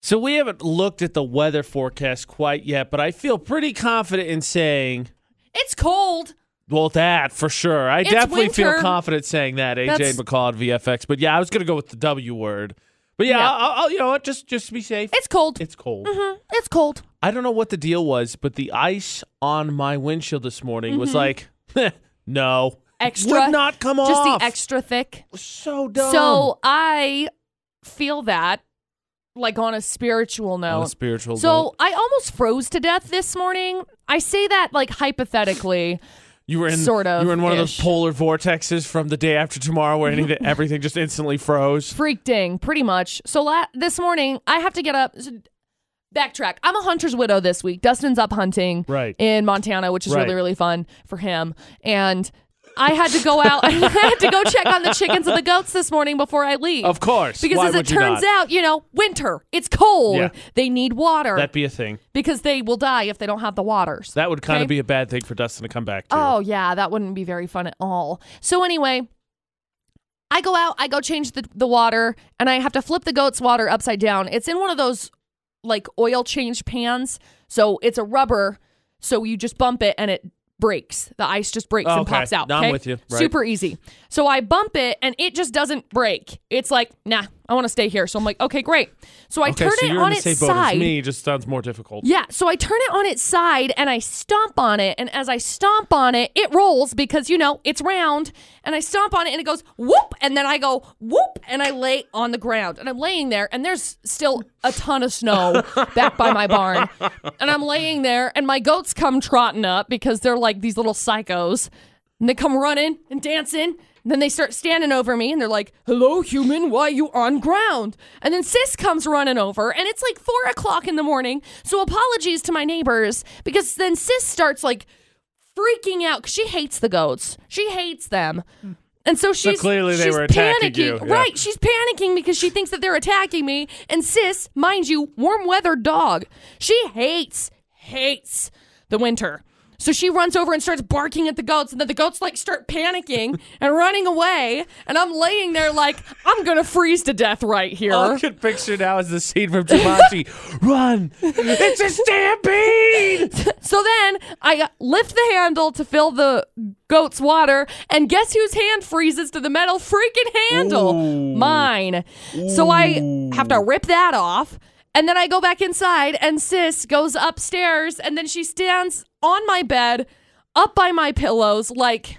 So we haven't looked at the weather forecast quite yet, but I feel pretty confident in saying, It's cold. well, that for sure. I It's definitely feel winter. confident saying that AJ That's- McCall at VFX. But yeah, I was gonna go with the W word. But yeah, Yeah. I'll, I'll you know what, just just to be safe. It's cold. It's cold. Mhm. It's cold. I don't know what the deal was, but the ice on my windshield this morning was like, no, Mm-hmm. Extra. would not come Just off. the extra thick. so dumb. So I feel that like on a spiritual note. On a spiritual so note, I almost froze to death this morning. I say that like hypothetically. you were in sort of you were in one of those ish. polar vortexes from the day after tomorrow where anything, everything just instantly froze. freak ding, pretty much. So la- this morning, I have to get up. s- Backtrack. I'm a hunter's widow this week. Dustin's up hunting Right. in Montana, which is Right. really really fun for him. And I had to go out. I had to go check on the chickens and the goats this morning before I leave. Of course, because why as it would you turns not? out, you know, winter. It's cold. Yeah. They need water that'd be a thing. because they will die if they don't have the waters. That would kind of Okay. be a bad thing for Dustin to come back to. Oh yeah, that wouldn't be very fun at all. So anyway, I go out, I go change the, the water, and I have to flip the goat's water upside down. It's in one of those like oil change pans. So it's a rubber, so you just bump it and it breaks. The ice just breaks and Okay, pops out. now I'm okay? with you, right. Super easy. So I bump it and it just doesn't break. It's like, nah, I want to stay here. So I'm like, okay, great. So I okay, turn so it you're on in the its same boat side. as me. Just sounds more difficult. Yeah, so I turn it on its side and I stomp on it. And as I stomp on it, it rolls because, you know, it's round. And I stomp on it and it goes whoop. And then I go whoop and I lay on the ground. And I'm laying there and there's still a ton of snow back by my barn. And I'm laying there and my goats come trotting up because they're like these little psychos. And they come running and dancing. And then they start standing over me and they're like, Hello, human, why you on ground? And then sis comes running over and it's like four o'clock in the morning. So apologies to my neighbors because then sis starts like freaking out because she hates the goats. She hates them. And so she's clearly they she's were attacking panicking. you, yeah. Right. She's panicking because she thinks that they're attacking me. And sis, mind you, warm weather dog. She hates, hates the winter. So she runs over and starts barking at the goats, and then the goats like start panicking and running away. And I'm laying there like, I'm gonna freeze to death right here. All I can picture now is the scene from Jumanji. Run! It's a stampede! So then I uh, lift the handle to fill the goat's water, and guess whose hand freezes to the metal freaking handle? Mine. So I have to rip that off. And then I go back inside, and sis goes upstairs, and then she stands on my bed, up by my pillows, like,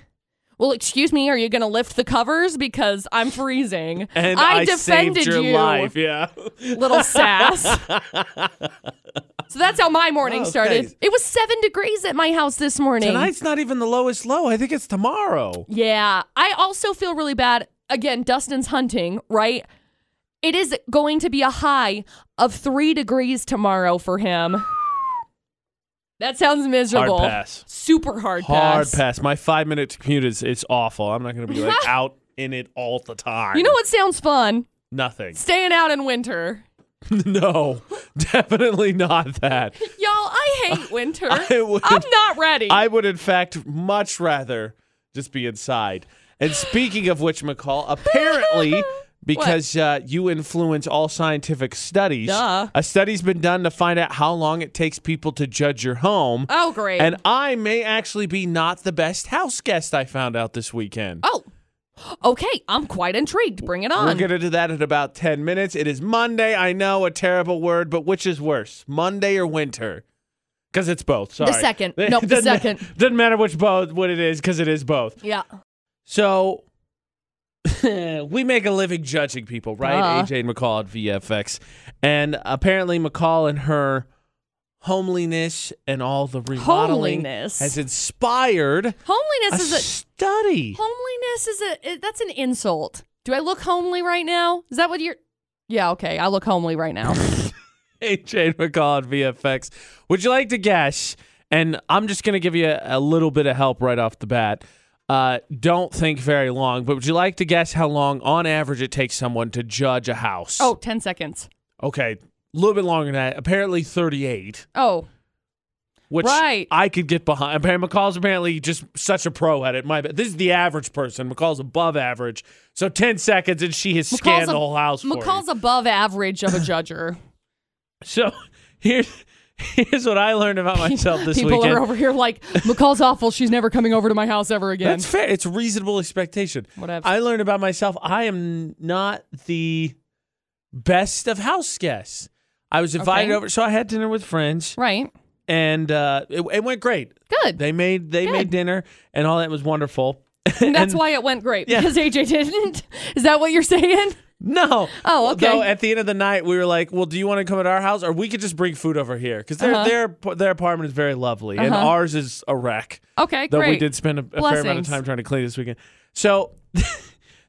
well, excuse me, are you going to lift the covers? Because I'm freezing. And I, saved your life. Yeah. little sass. so that's how my morning Okay. started. It was seven degrees at my house this morning. Tonight's not even the lowest low. I think it's tomorrow. Yeah. I also feel really bad. Again, Dustin's hunting, right? It is going to be a high of three degrees tomorrow for him. That sounds miserable. pass. Super hard, Hard pass. pass. My five minute commute is it's awful. I'm not going to be like out in it all the time. You know what sounds fun? Nothing. Staying out in winter. no, definitely not that. Y'all, I hate winter. I would- I'm not ready. I would, in fact, much rather just be inside. And speaking of which, McCall, apparently. Because uh, you influence all scientific studies. Duh. A study's been done to find out how long it takes people to judge your home. oh, great. And I may actually be not the best house guest I found out this weekend. Oh, okay. I'm quite intrigued. Bring it We're on. going to do that in about 10 minutes. It is Monday. I know a terrible word, but which is worse, Monday or winter? Because it's both. Sorry. second. Nope, the Doesn't ma- second. doesn't matter which both, what it is, because it is both. yeah. So we make a living judging people, right? Duh. AJ and McCall at VFX. And apparently, McCall and her homeliness and all the remodeling Homeliness. has inspired Homeliness a is a study. homeliness is a it- that's an insult. Do I look homely right now? Is that what you're? Yeah. Okay. I look homely right now. AJ McCall at VFX. Would you like to guess? And I'm just going to give you a, a little bit of help right off the bat. Uh, don't think very long, but would you like to guess how long, on average, it takes someone to judge a house? oh, 10 seconds. okay. A little bit longer than that. Apparently, 38, Oh, which Right. I could get behind. Apparently, McCall's apparently just such a pro at it. My bad. This is the average person. McCall's above average. So 10 seconds, and she has scanned McCall's a- the whole house. for you. McCall's above average of a judger. So here's here's what I learned about myself this People weekend. are over here like McCall's awful. She's never coming over to my house ever again. That's fair. It's reasonable expectation. Whatevs. I learned about myself. I am not the best of house guests. I was invited Okay. over, so I had dinner with friends, right. and uh, it, it went great. Good. They made they made dinner, and all that was wonderful. And that's why it went great Yeah. because AJ didn't. Is that what you're saying? No. Oh, okay. Though at the end of the night, we were like, "Well, do you want to come at our house, or we could just bring food over here because their their their apartment is very lovely, and Uh-huh. ours is a wreck." Okay, Though great. we did spend a, a fair amount of Blessings. time trying to clean this weekend. So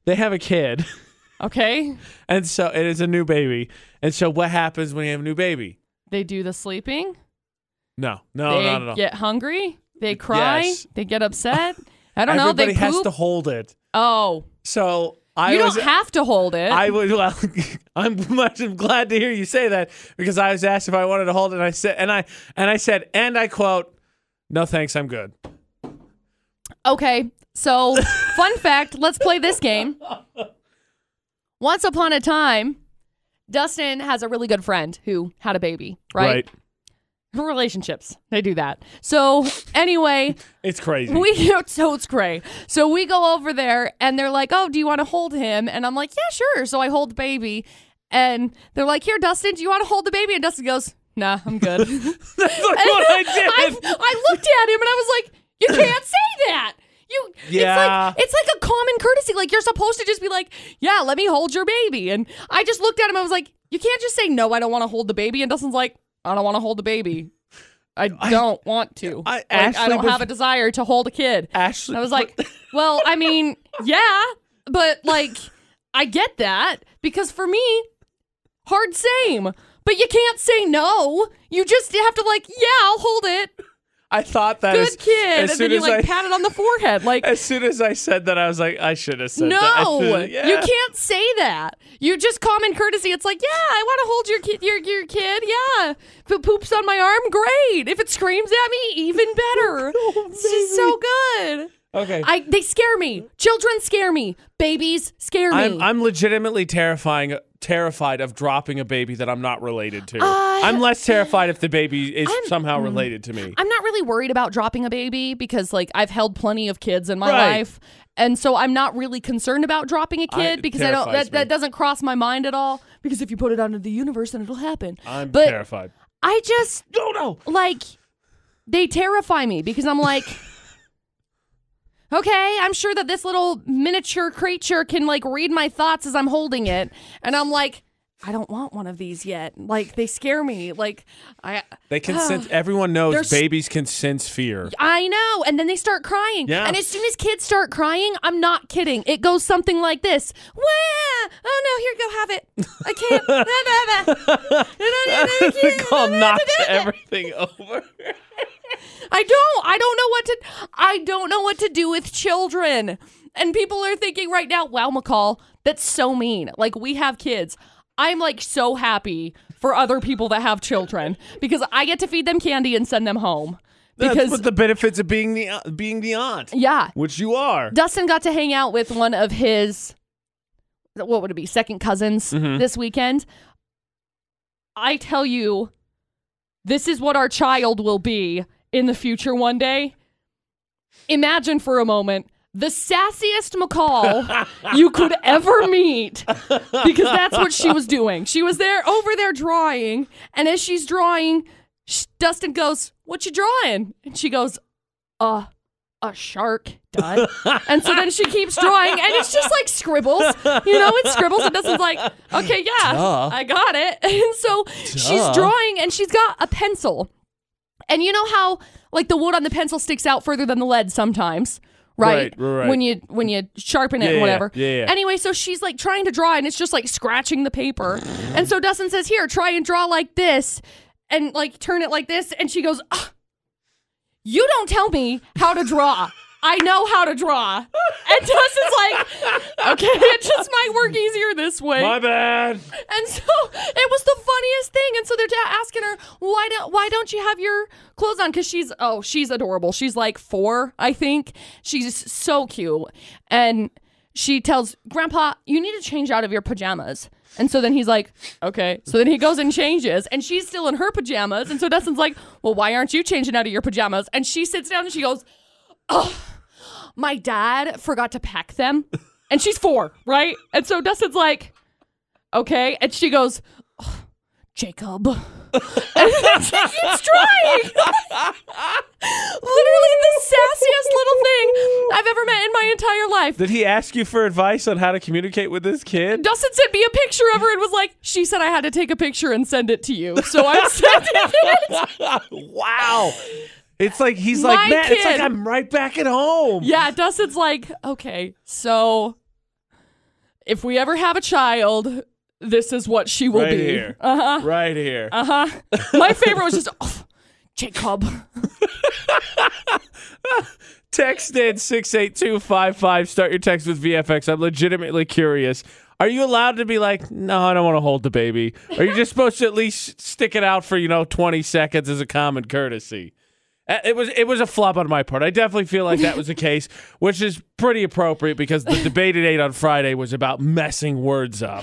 they have a kid. Okay, And so it is a new baby. And so what happens when you have a new baby? they do the sleeping. No, no, they Oh, not at all. get hungry. They cry. Yes. They get upset. I don't know. Everybody They has poop. to hold it. oh, So I you was, don't have to hold it. I was. Well, I'm much I'm glad to hear you say that because I was asked if I wanted to hold it. And I said, and I and I said, and I quote, "No thanks, I'm good." okay, so fun fact. Let's play this game. Once upon a time, Dustin has a really good friend who had a baby. Right. Relationships. They do that. So anyway. It's crazy. We so it's gray. So we go over there and they're like, "Oh, do you want to hold him?" And I'm like, "Yeah, sure." So I hold the baby, and they're like, "Here, Dustin, do you want to hold the baby?" And Dustin goes, "Nah, I'm good." That's like what I did. I, I looked at him and I was like, "You can't say that." You, Yeah. it's like it's like a common courtesy. Like you're supposed to just be like, "Yeah, let me hold your baby." And I just looked at him. I was like, "You can't just say no. I don't want to hold the baby." And Dustin's like, "I don't want to hold the baby. I don't want to. I- Like, Ashley I don't was- have a desire to hold a kid." Ashley, And I was like, well, I mean, yeah, but like, I get that because for me, hard same. But you can't say no. You just have to like, yeah, I'll hold it. I thought that Good as, As kid. and soon then you as like I, pat it on the forehead. Like, as soon as I said that, I was like, I should have said that. no, Yeah. you can't say that. You just common courtesy. It's like, yeah, I want to hold your kid, your your kid. Yeah, if it poops on my arm, great. If it screams at me, even better. Oh, it's just so good. Okay. I they scare me. Children scare me. Babies scare me. I'm, I'm legitimately terrifying, terrified of dropping a baby that I'm not related to. I'm less terrified if the baby is mm. somehow related to me. I'm not really worried about dropping a baby because like I've held plenty of kids in my Right. life. And so I'm not really concerned about dropping a kid it because I don't terrifies that, that me. doesn't cross my mind at all. Because if you put it out into the universe then it'll happen. I'm but terrified. I just No, no. like they terrify me because I'm like okay, I'm sure that this little miniature creature can like read my thoughts as I'm holding it and I'm like I don't want one of these yet. Like they scare me. Like I They can sense. Everyone knows Ah, There's- babies can sense fear. I know. And then they start crying. Yeah. And as soon as kids start crying, I'm not kidding. It goes something like this. Wah! Oh no, here go have it. I can't. Blah, blah, blah. No, no, no, no, The can't. call No, no, knocks no, no, no. everything over. I don't. I don't know what to I don't know what to do with children. And people are thinking right now, wow, McCall, that's so mean. Like we have kids. I'm like so happy for other people that have children because I get to feed them candy and send them home. That's Because what the benefits of being the uh, being the aunt, yeah, which you are. Dustin got to hang out with one of his what would it be second cousins this weekend. I tell you, this is what our child will be in the future one day. Imagine for a moment the sassiest McCall you could ever meet because that's what she was doing. She was there over there drawing, and as she's drawing, sh- Dustin goes, "What you drawing?" And she goes, "Uh, a shark done. and so then she keeps drawing, and it's just like scribbles. You know, it scribbles. And Dustin's like, okay, yeah, Duh. I got it. And so Duh. she's drawing, and she's got a pencil. And you know how like the wood on the pencil sticks out further than the lead sometimes, right? Right, right, right. When you when you sharpen it Yeah, and whatever. yeah, yeah. Anyway, so she's like trying to draw, and it's just like scratching the paper. and so Dustin says, "Here, try and draw like this." And like turn it like this, and she goes, "Ugh, you don't tell me how to draw. I know how to draw. And Dustin's like, okay, it just might work easier this way. My bad. And so it was the funniest thing. And so they're ta- asking her, why don't why don't you have your clothes on? Because she's oh, she's adorable. She's like four, I think. She's so cute. And she tells Grandpa, you need to change out of your pajamas. And so then he's like, okay. So then he goes and changes, and she's still in her pajamas. And so Dustin's like, well, why aren't you changing out of your pajamas? And she sits down and she goes, oh, my dad forgot to pack them. And she's four, right? And so Dustin's like, okay. And she goes, "Oh, Jacob. and then she keeps trying. Literally the sassiest little thing I've ever met in my entire life. Did he ask you for advice on how to communicate with this kid? Dustin sent me a picture of her and was like, she said I had to take a picture and send it to you. So I'm sending it. wow. It's like he's like, My man, it's like kid- I'm right back at home. Yeah, Dustin's like, okay, so if we ever have a child, this is what she will Right be. here. Uh-huh. Right here. Uh-huh. My favorite was just oh, Jacob. Text in 68255. Start your text with VFX. I'm legitimately curious. Are you allowed to be like, no, I don't want to hold the baby? Are you just supposed to at least stick it out for, you know, 20 seconds as a common courtesy? Uh, It was it was a flop on my part. I definitely feel like that was the case, which is pretty appropriate because the debate at 8 on Friday was about messing words up.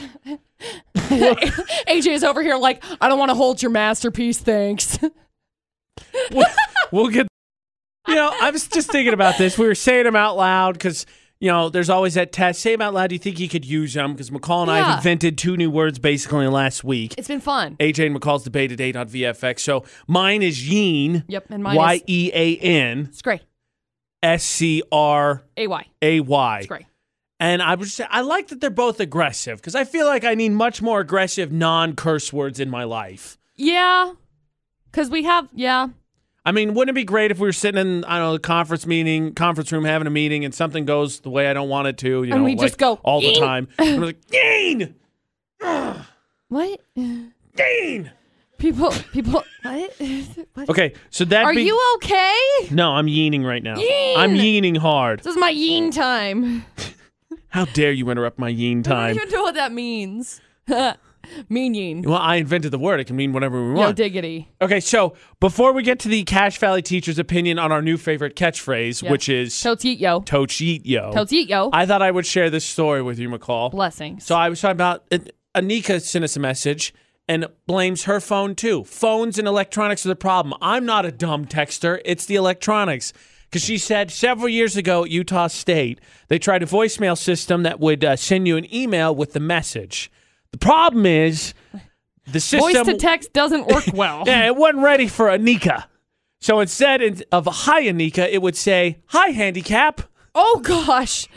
AJ is over here like, I don't want to hold your masterpiece, thanks. we'll, we'll get. You know, I was just thinking about this. We were saying them out loud because you know there's always that test. Say them out loud. Do you think you could use them? Because McCall and I Yeah. have invented two new words basically last week. It's been fun. AJ and McCall's debate at eight on VFX. So mine is Yeen. Yep, and mine is- Y E A N It's great. S C R AY. A Y. It's great. And I was I like that they're both aggressive because I feel like I need much more aggressive non curse words in my life. Yeah. Cause we have yeah. I mean, wouldn't it be great if we were sitting in, I don't know, a conference meeting, conference room, having a meeting, and something goes the way I don't want it to, you And know, we like, just go, all the "Ying." time. And we're like, Dean, What? Dean. People people what? what? Okay, so that Are be- you okay? No, I'm yeening right now. I'm yeening hard. This is my yin time. How dare you interrupt my yeen I time? don't even know what that means. mean yin. Well, I invented the word. It can mean whatever we Yo want. diggity. okay, so before we get to the Cash Valley teacher's opinion on our new favorite catchphrase, Yeah. which is Totes yeet yo. Totes Yeet Yo, Totes yeet yo. I thought I would share this story with you, McCall. Blessings. So I was talking about Anika sent us a message and blames her phone too. Phones and electronics are the problem. I'm not a dumb texter. It's the electronics. Because she said several years ago at Utah State, they tried a voicemail system that would uh, send you an email with the message. The problem is the system. Voice to text doesn't work well. Yeah, it wasn't ready for Anika. So instead in- of hi Anika, it would say hi handicap. Oh gosh.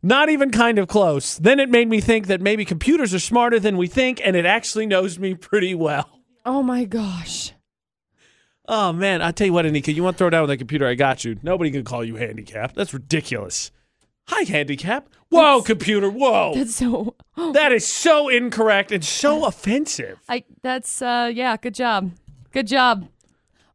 Not even kind of close. Then it made me think that maybe computers are smarter than we think, and it actually knows me pretty well. Oh my gosh. Oh man, I tell you what, Anika, you want to throw down with that computer? I got you. Nobody can call you handicapped. That's ridiculous. Hi, handicap. Whoa, computer. Whoa, That's so that is so incorrect and so offensive. I that's uh yeah, good job. Good job.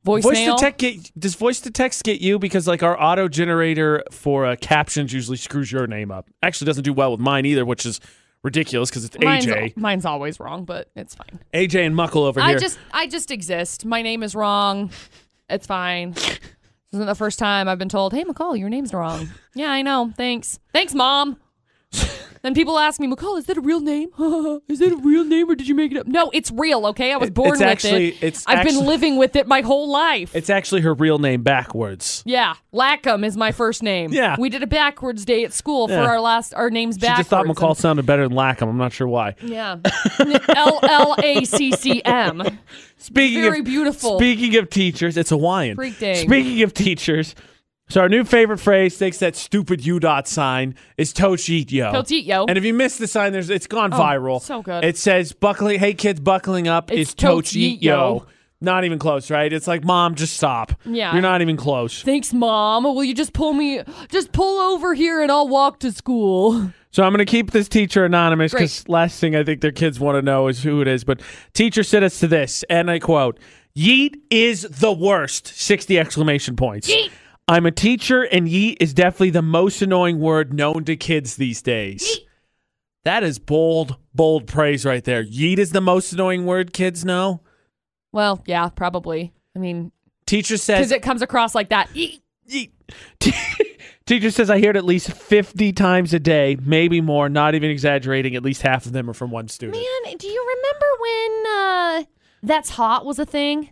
Voicemail. Voice to text get does voice to text get you because like our auto generator for uh, captions usually screws your name up. Actually, doesn't do well with mine either, which is ridiculous because it's Mine's, AJ, mine's always wrong, but it's fine. AJ and Muckle over here. I just I just exist. My name is wrong. It's fine. This isn't the first time I've been told, "Hey, McCall, your name's wrong." yeah, I know. Thanks. Thanks, mom. then people ask me, "McCall, is that a real name? is that a real name, or did you make it up?" No, it's real. Okay, I was It- born it's with actually- it. it's I've actually- been living with it my whole life. It's actually her real name backwards. yeah, Lackham is my first name. Yeah. we did a backwards day at school Yeah. for our last our names She just backwards. thought McCall sounded better than Lackham. I'm not sure why. Yeah, L L A C C M. Speaking Very of beautiful. Speaking of teachers, it's Hawaiian. Freak dang. Speaking of teachers, so our new favorite phrase thanks to that stupid U dot sign is Tochit yo. Totes yeet yo. Oh, And if you missed the sign, there's it's gone viral. so good. It says buckling. Hey kids, buckling up It's is Tochit Tochit yo. yo. Not even close, right? It's like mom, just stop. Yeah. you're not even close. Thanks, Mom. Will you just pull me, just pull over here and I'll walk to school? So I'm going to keep this teacher anonymous Great. because last thing I think their kids want to know is who it is. But teacher sent us to this, and I quote: "Yeet is the worst." Sixty exclamation points. Yeet. I'm a teacher, and yeet is definitely the most annoying word known to kids these days. That is bold, bold praise right there. Yeet is the most annoying word kids know. Well, yeah, probably. I mean, Teacher because says E, it comes across like that. yeet. Teacher says I hear it at least 50 times a day, maybe more, not even exaggerating. At least half of them are from one student. Man, do you remember when uh, That's Hot was a thing?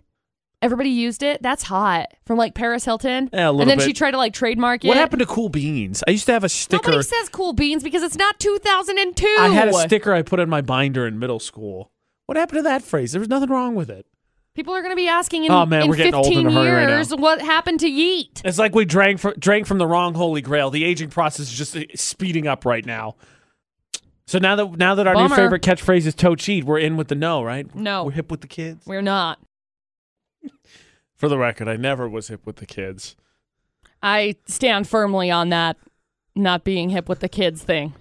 Everybody used it. That's hot from like Paris Hilton. Yeah, a little and then bit. she tried to like trademark it. What happened to cool beans? I used to have a sticker. Nobody says cool beans because it's not 2002. I had a sticker I put in my binder in middle school. What happened to that phrase? There was nothing wrong with it. People are going to be asking in, Oh, man, in we're getting old 15 in a hurry right now. years what happened to Yeet. It's like we drank from, drank from the wrong holy grail. The aging process is just uh, speeding up right now. So now that now that our new Bummer. favorite catchphrase is toe cheat, we're in with the no, right? No. We're hip with the kids. We're not. For the record, I never was hip with the kids. I stand firmly on that not being hip with the kids thing.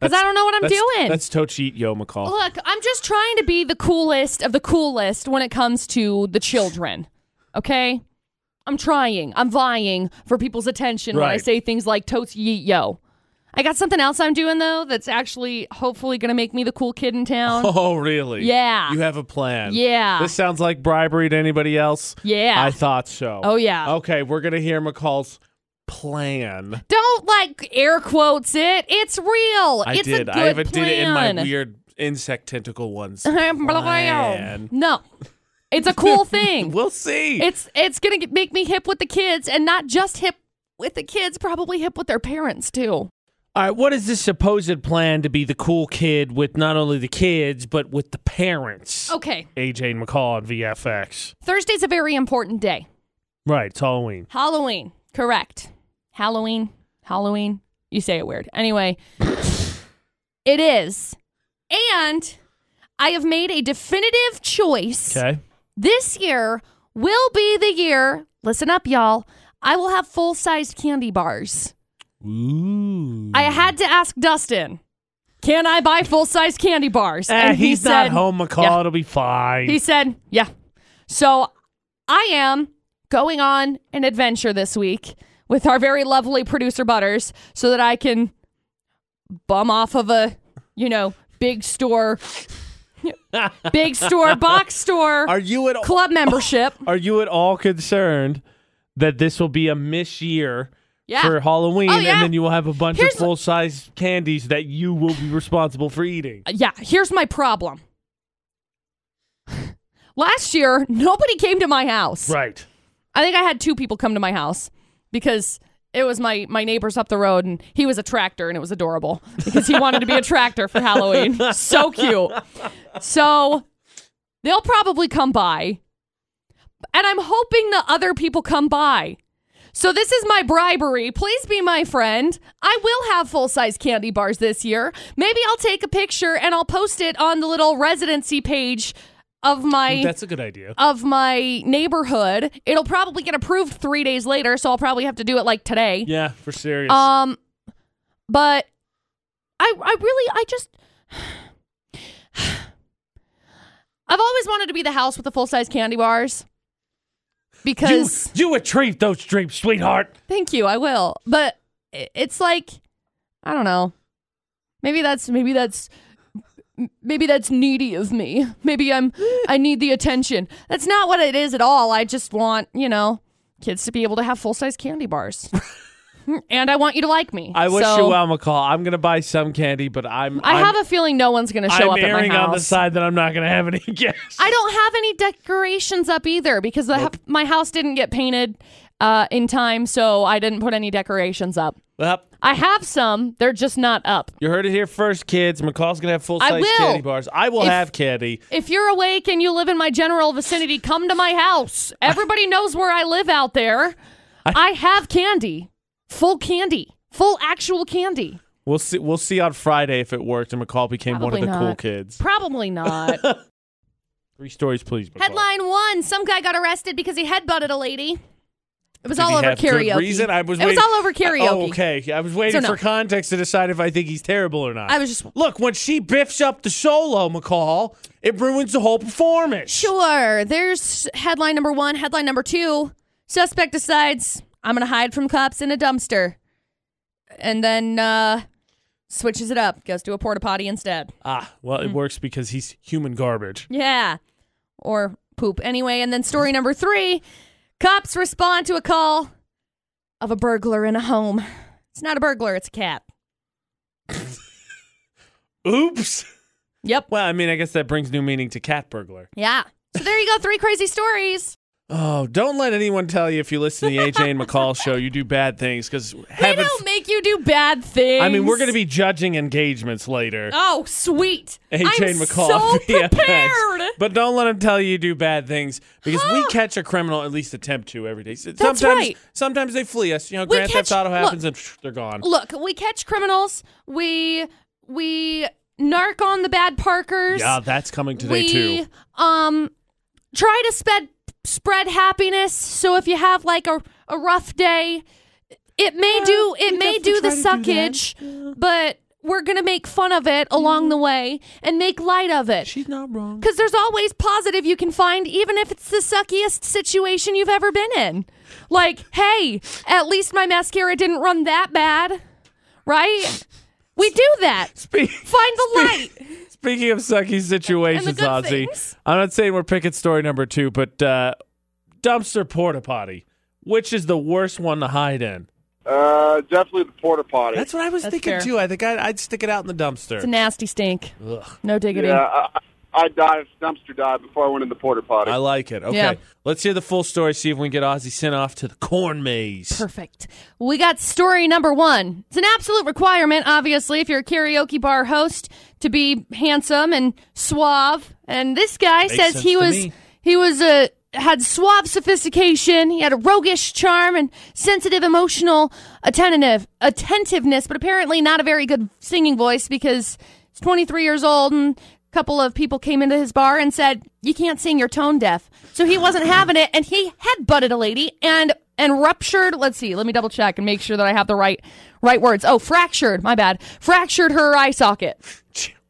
Because I don't know what I'm that's, doing. That's toe cheat, yo, McCall. Look, I'm just trying to be the coolest of the coolest when it comes to the children. Okay? I'm trying. I'm vying for people's attention when I Right. say things like totes yeet yo. I got something else I'm doing though that's actually hopefully gonna make me the cool kid in town. Oh, really? Yeah. You have a plan. Yeah. This sounds like bribery to anybody else. Yeah. I thought so. Oh, yeah. Okay, we're gonna hear McCall's plan. Don't like air quotes it. It's real. I it's did. a good I even plan. did it in my weird insect tentacle ones. plan. No, it's a cool thing. We'll see. It's it's gonna get- make me hip with the kids, and not just hip with the kids, probably hip with their parents too. All right, what is this supposed plan to be the cool kid with not only the kids, but with the parents? Okay, AJ and McCall on VFX. Thursday's a very important day. Right, it's Halloween. Halloween, correct? Halloween, Halloween. You say it weird. Anyway, it is, and I have made a definitive choice. Okay. This year will be the year. Listen up, y'all. I will have full sized candy bars. Ooh. I had to ask Dustin, can I buy full size candy bars? Eh, he he's said- not home, McCall. Yeah. It'll be fine. He said, yeah. So I am going on an adventure this week with our very lovely producer Butters so that I can bum off of a, you know, big store, big store, box store, are you at all, club membership. are you at all concerned that this will be a miss year Yeah. for Halloween, Oh, yeah. and then you will have a bunch Here's- of full size candies that you will be responsible for eating? Uh, yeah, here's my problem. Last year, nobody came to my house. Right. I think I had two people come to my house because it was my my neighbors up the road and he was a tractor and it was adorable because he wanted to be a tractor for Halloween. So cute. So they'll probably come by. And I'm hoping the other people come by. So this is my bribery. Please be my friend. I will have full-size candy bars this year. Maybe I'll take a picture and I'll post it on the little residency page of my That's a good idea. of my neighborhood. It'll probably get approved three days later, so I'll probably have to do it like today. Yeah, for serious. Um, but I, I really, I just, I've always wanted to be the house with the full size candy bars you, because you retrieve those dreams, sweetheart. Thank you. I will. But i- it's like I don't know. Maybe that's maybe that's m- maybe that's needy of me. Maybe I'm I need the attention. That's not what it is at all. I just want, you know, kids to be able to have full-size candy bars. and I want you to like me. I wish So, you well, McCall. I'm gonna buy some candy, but I'm I I'm, have a feeling no one's going to I'm show up at my erring house. on the side that I'm not gonna have any guests. I don't have any decorations up either because the, hou- my house didn't get painted uh, in time, so I didn't put any decorations up. Well, I have some. They're just not up. you heard it here first, kids. McCall's gonna have full size will. candy bars. I will If- have candy. If you're awake and you live in my general vicinity, come to my house. Everybody knows where I live out there. I have candy, full candy, full actual candy. We'll see. We'll see on Friday if it worked and McCall became Probably one of the cool not. kids. Probably not. Three stories, please. McCall. Headline one Some guy got arrested because he headbutted a lady. It was Did all he over have good karaoke. reason? I was it was waiting- all over karaoke. Oh, okay. I was waiting So, no. for context to decide if I think he's terrible or not. I was just- look when she biffs up the solo, McCall. It ruins the whole performance. Sure. There's headline number one. Headline number two suspect decides, I'm going to hide from cops in a dumpster. And then uh, switches it up, goes to a porta potty instead. Ah, well, Mm. it works because he's human garbage. Yeah. Or poop. Anyway, and then story number three cops respond to a call of a burglar in a home. It's not a burglar, it's a cat. Oops. Yep. Well, I mean, I guess that brings new meaning to cat burglar. Yeah. So there you go, three crazy stories. Oh, don't let anyone tell you if you listen to the AJ and McCall show, you do bad things because They heaven. don't make you do bad things. I mean, we're going to be judging engagements later. Oh, sweet. AJ I'm and McCall, so VFX. prepared. But don't let them tell you you do bad things because we catch a criminal, at least attempt to, every day. Sometimes, right. Sometimes they flee us. You know, We Grand Theft catch- Auto look. happens and psh, they're gone. Look, we catch criminals. We we narc on the bad parkers. Yeah, that's coming today we too. um try to spread spread happiness. So if you have like a, a rough day, it may do it may do the suckage, but we're gonna make fun of it along the way and make light of it. She's not wrong. Because there's always positive you can find, even if it's the suckiest situation you've ever been in. Like, hey, at least my mascara didn't run that bad, right? We do that. Find the light. Speaking of sucky situations, And the good Ozzy, things. I'm not saying we're picking story number two, but uh, dumpster porta potty, which is the worst one to hide in. Uh, definitely the porta potty. That's what I was That's thinking fair. too. I think I'd, I'd stick it out in the dumpster. It's a nasty stink. Ugh. No diggity. yeah, I, I dived, dumpster dived before I went in the porta potty. I like it. Okay, Yeah. let's hear the full story. See if we can get Ozzy sent off to the corn maze. Perfect. We got story number one. It's an absolute requirement, obviously, if you're a karaoke bar host, to be handsome and suave. And this guy says sense he to was me. he was a had suave sophistication. He had a roguish charm and sensitive emotional attentive attentiveness, but apparently not a very good singing voice because he's 23 years old and a couple of people came into his bar and said, "You can't sing, you're tone deaf." So he wasn't having it, and he headbutted a lady and and ruptured. Let's see, let me double check and make sure that I have the right right words. Oh, fractured. My bad. Fractured her eye socket.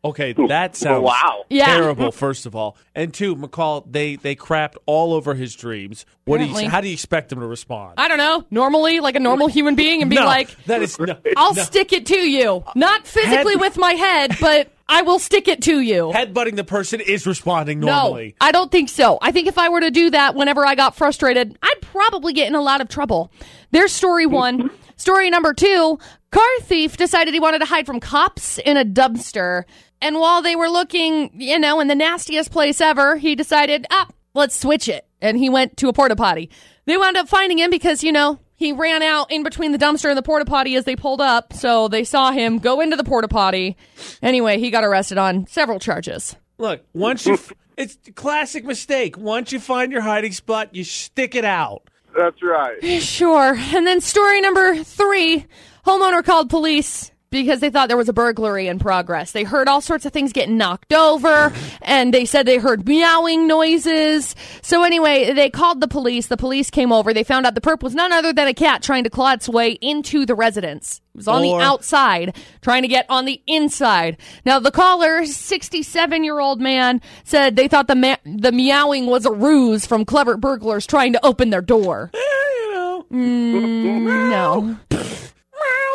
Okay, that sounds wow. Yeah. terrible. First of all, and two, McCall, they they crapped all over his dreams. What do Apparently. you? How do you expect him to respond? I don't know. Normally, like a normal human being, and be no, like, that is no. I'll stick it to you. Not physically Head- with my head, but I will stick it to you. Headbutting the person is responding no, normally. I don't think so. I think if I were to do that whenever I got frustrated, I'd probably get in a lot of trouble. There's story one. story number two car thief decided he wanted to hide from cops in a dumpster. And while they were looking, you know, in the nastiest place ever, he decided, ah, let's switch it. And he went to a porta potty. They wound up finding him because, you know, he ran out in between the dumpster and the porta potty as they pulled up. So they saw him go into the porta potty. Anyway, he got arrested on several charges. Look, once you, f- it's the classic mistake. Once you find your hiding spot, you stick it out. That's right. Sure. And then story number three homeowner called police because they thought there was a burglary in progress. They heard all sorts of things getting knocked over, and they said they heard meowing noises. So, anyway, they called the police. The police came over. They found out the perp was none other than a cat trying to claw its way into the residence. It was on Or- the outside, trying to get on the inside. Now, the caller, 67 year old man, said they thought the, ma- the meowing was a ruse from clever burglars trying to open their door. Eh, you know, meow, Mm. No.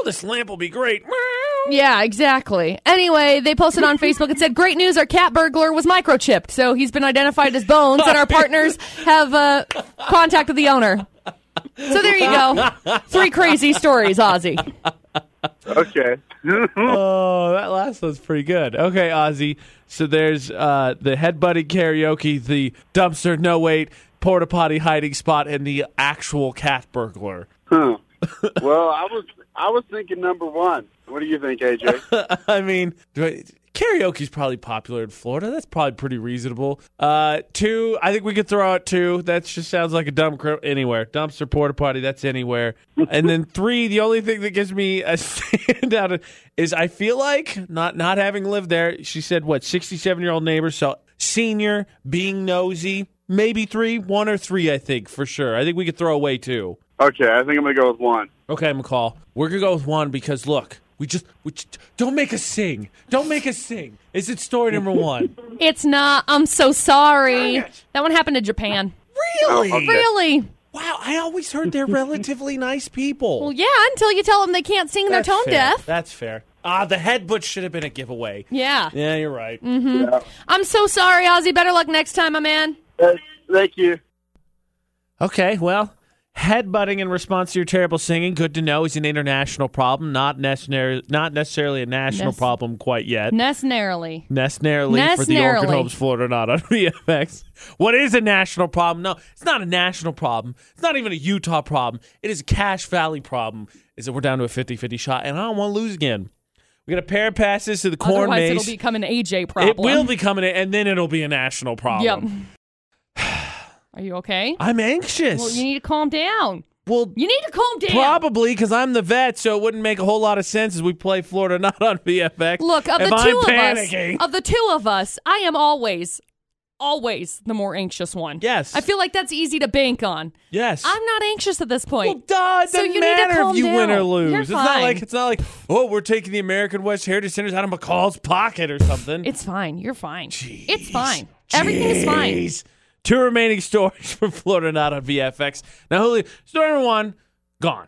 this lamp will be great. Meow. Yeah, exactly. Anyway, they posted on Facebook and said, "Great news! Our cat burglar was microchipped, so he's been identified as Bones, and our partners have uh, contacted the owner." So there you go. Three crazy stories, Ozzy. Okay. Oh, that last one's pretty good. Okay, Ozzy. So there's uh, the headbutting karaoke, the dumpster, no wait, porta potty hiding spot, and the actual cat burglar. Huh. well, I was I was thinking number one. What do you think, AJ? I mean, do I- karaoke's probably popular in Florida. That's probably pretty reasonable. Uh, two, I think we could throw out two. That just sounds like a dumb cri- anywhere dumpster porta potty. That's anywhere. and then three, the only thing that gives me a standout is I feel like not not having lived there. She said what sixty seven year old neighbor, so senior being nosy. Maybe three, one or three, I think for sure. I think we could throw away two. okay, I think I'm gonna go with one. Okay, McCall. We're gonna go with one because look, we just we just, don't make us sing. Don't make us sing. Is it story number one? It's not. I'm so sorry. That one happened in Japan. really? Oh, okay. Really? Wow. I always heard they're relatively nice people. Well, yeah. Until you tell them they can't sing, they're That's tone fair. deaf. That's fair. Ah, the head butch should have been a giveaway. Yeah. Yeah, you're right. Mm. Yeah. I'm so sorry, Ozzy. Better luck next time, my man. Uh, thank you. Okay, well, Headbutting in response to your terrible singing, good to know, is an international problem, not necessarily not necessarily a national Nes- problem quite yet. Necessarily. Nesnarily for the Orchid Nesnarily. Homes Florida not on VFX. What is a national problem? No, it's not a national problem. It's not even a Utah problem. It is a Cash Valley problem. Is that we're down to a 50-50 shot, and I don't want to lose again. We got a pair of passes to the corn Otherwise, maze. it'll become an AJ problem. it will become an, and then it'll be a national problem. Yep. Are you okay? I'm anxious. Well, you need to calm down. well You need to calm down. Probably because I'm the vet, so it wouldn't make a whole lot of sense as we play Florida not on VFX. Look, of if the 2 I'm of panicking, us, of the two of us, I am always, always the more anxious one. Yes. I feel like that's easy to bank on. yes, I'm not anxious at this Well, point. duh, it So doesn't you need to matter if calm you win or down. lose. You're it's not like fine. it's not like oh, we're taking the American West Heritage Centers out of McCall's pocket or something. it's fine. You're fine. It's Jeez. fine. Everything is fine. Jeez. Two remaining stories from Florida not on VFX. Now, Julio, story number one, gone.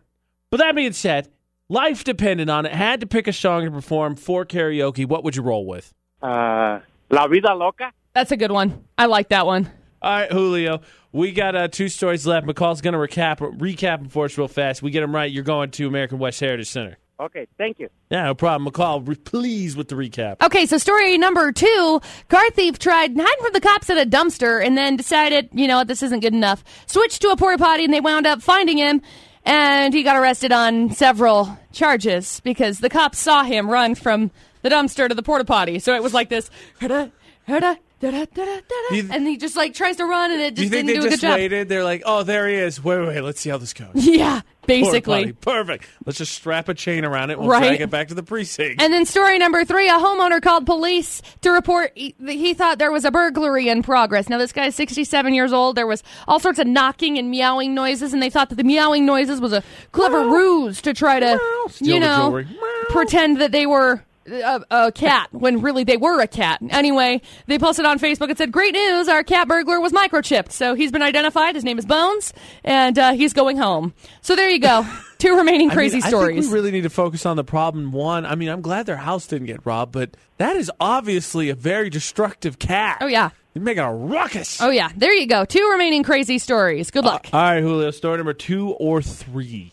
But that being said, life depended on it. Had to pick a song to perform for karaoke. What would you roll with? Uh, La vida loca. That's a good one. I like that one. All right, Julio, we got uh, two stories left. McCall's going to recap recap them for us real fast. We get them right, you're going to American West Heritage Center. Okay, thank you. Yeah, no problem. McCall, re- please with the recap. Okay, so story number two car thief tried hiding from the cops at a dumpster and then decided, you know what, this isn't good enough. Switched to a porta potty and they wound up finding him and he got arrested on several charges because the cops saw him run from the dumpster to the porta potty. So it was like this. "Hurda, hurda, da-da, da-da, da-da," You- And he just like tries to run and it just didn't do a good job. They're like, oh, there he is. Wait, wait, wait. Let's see how this goes. Yeah, Porta basically. potty. Perfect. Let's just strap a chain around it. We'll Right. drag it back to the precinct. And then story number three: a homeowner called police to report he, that he thought there was a burglary in progress. Now this guy's 67 years old. There was all sorts of knocking and meowing noises, and they thought that the meowing noises was a clever ruse to try to, Steal the you know, jewelry. Meow. pretend that they were. A, a cat when really they were a cat. Anyway, they posted on Facebook and said, "Great news! Our cat burglar was microchipped, so he's been identified. His name is Bones, and uh, he's going home." So there you go. Two remaining I crazy mean, I think stories. we really need to focus on the problem. One, I mean, I'm glad their house didn't get robbed, but that is obviously a very destructive cat. Oh, yeah. You're making a ruckus. Oh yeah, there you go. Two remaining crazy stories. Good luck. All right, Julio, story number two or three.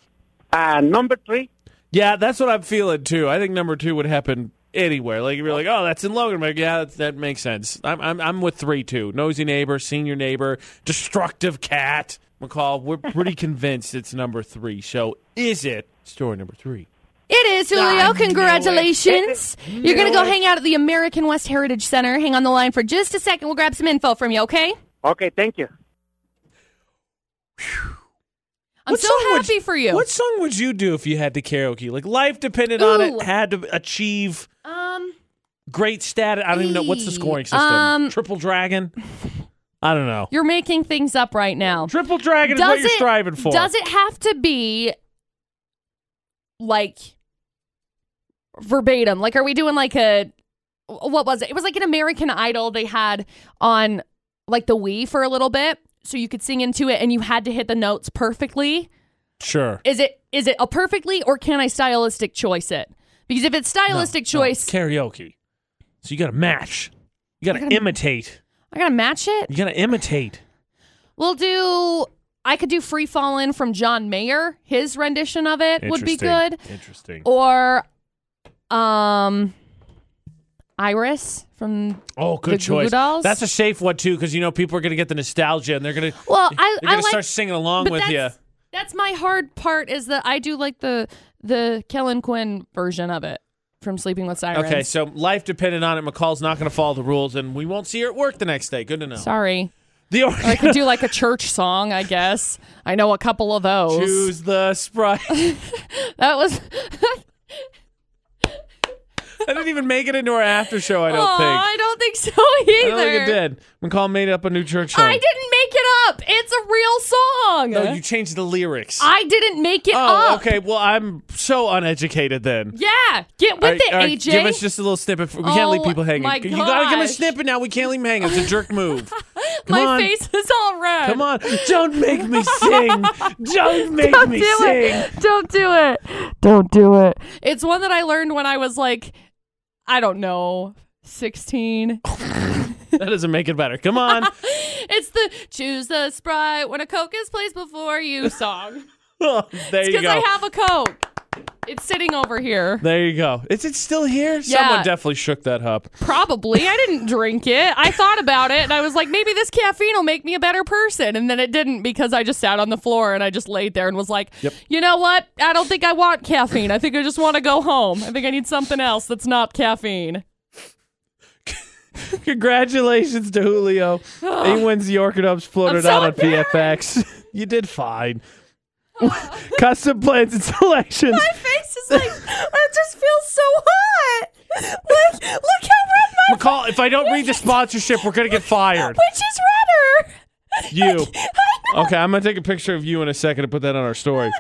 Uh, number three. Yeah, that's what I'm feeling too. I think number two would happen anywhere. Like you're like, oh, that's in Logan. I'm like, yeah, that, that makes sense. I'm, I'm I'm with three too. Nosy neighbor, senior neighbor, destructive cat. McCall, we're pretty convinced it's number three. So is it story number three? it is Julio. Congratulations. You're gonna go hang out at the American West Heritage Center. Hang on the line for just a second. We'll grab some info from you. Okay? Okay, thank you. I'm What so song would happy for you. What song would you do if you had to karaoke? Like life depended on Ooh. it. Had to achieve um, great stat. I don't even know what's the scoring system. Um, Triple Dragon. I don't know. you're making things up right now. Triple Dragon is what you're it- striving for. Does it have to be like verbatim? Like, are we doing like a what was it? It was like an American Idol they had on like the Wii for a little bit, so you could sing into it, and you had to hit the notes perfectly. Sure. Is it is it a perfectly, or can I stylistic choice it? Because if it's stylistic No, no, choice, karaoke. So you got to match. You got to gotta- imitate. I gotta match it. You got to imitate. We'll do. I could do "Free Fallin'" from John Mayer. His rendition of it would be good. Interesting. or um Iris from Oh, good The Goo Goo choice. Dolls? That's a safe one too, because you know people are going to get the nostalgia and they're going to Well, I they're I going like to start singing along but with you. that's, that's my hard part is that I do like the the Kellen Quinn version of it from Sleeping with Sirens. Okay, so life depended on it. McCall's not going to follow the rules, and we won't see her at work the next day. Good to know. Sorry. The Or I could do like a church song, I guess. I know a couple of those. choose the sprite. I That was didn't even make it into our after show. I Oh, don't think. I don't think so either. I don't think it did. McCall made up a new church song. I didn't make it up. It's a real song. No, you changed the lyrics. I didn't make it Oh, up. okay. Well, I'm so uneducated then. Yeah. Get with All right, it, all right, AJ. Give us just a little snippet. We can't leave Oh, people hanging. my you gotta give them a gosh. snippet now. We can't leave them hanging. It's a jerk move. Come My on. face is all red. Come on. Don't make me sing. Don't make me do sing. it. Don't do it. Don't do it. It's one that I learned when I was like, I don't know, 16. That doesn't make it better. Come on. It's the choose a Sprite when a Coke is placed before you song. Oh, there you Because go. I have a Coke. It's sitting over here. there you go. Is it still here? Yeah. Someone definitely shook that up. Probably. I didn't drink it. I thought about it and I was like, maybe this caffeine will make me a better person. And then it didn't because I just sat on the floor and I just laid there and was like, you know what? I don't think I want caffeine. I think I just want to go home. I think I need something else that's not caffeine. Congratulations to Julio. he wins the Orchid Ups floated so out on PFX. You did fine. Custom plans and selections. Face is like, it just feels so hot. Look, look how red my McCall, if I don't read the sponsorship, we're gonna get fired. which is redder. You. Oh. Okay, I'm gonna take a picture of you in a second and put that on our story.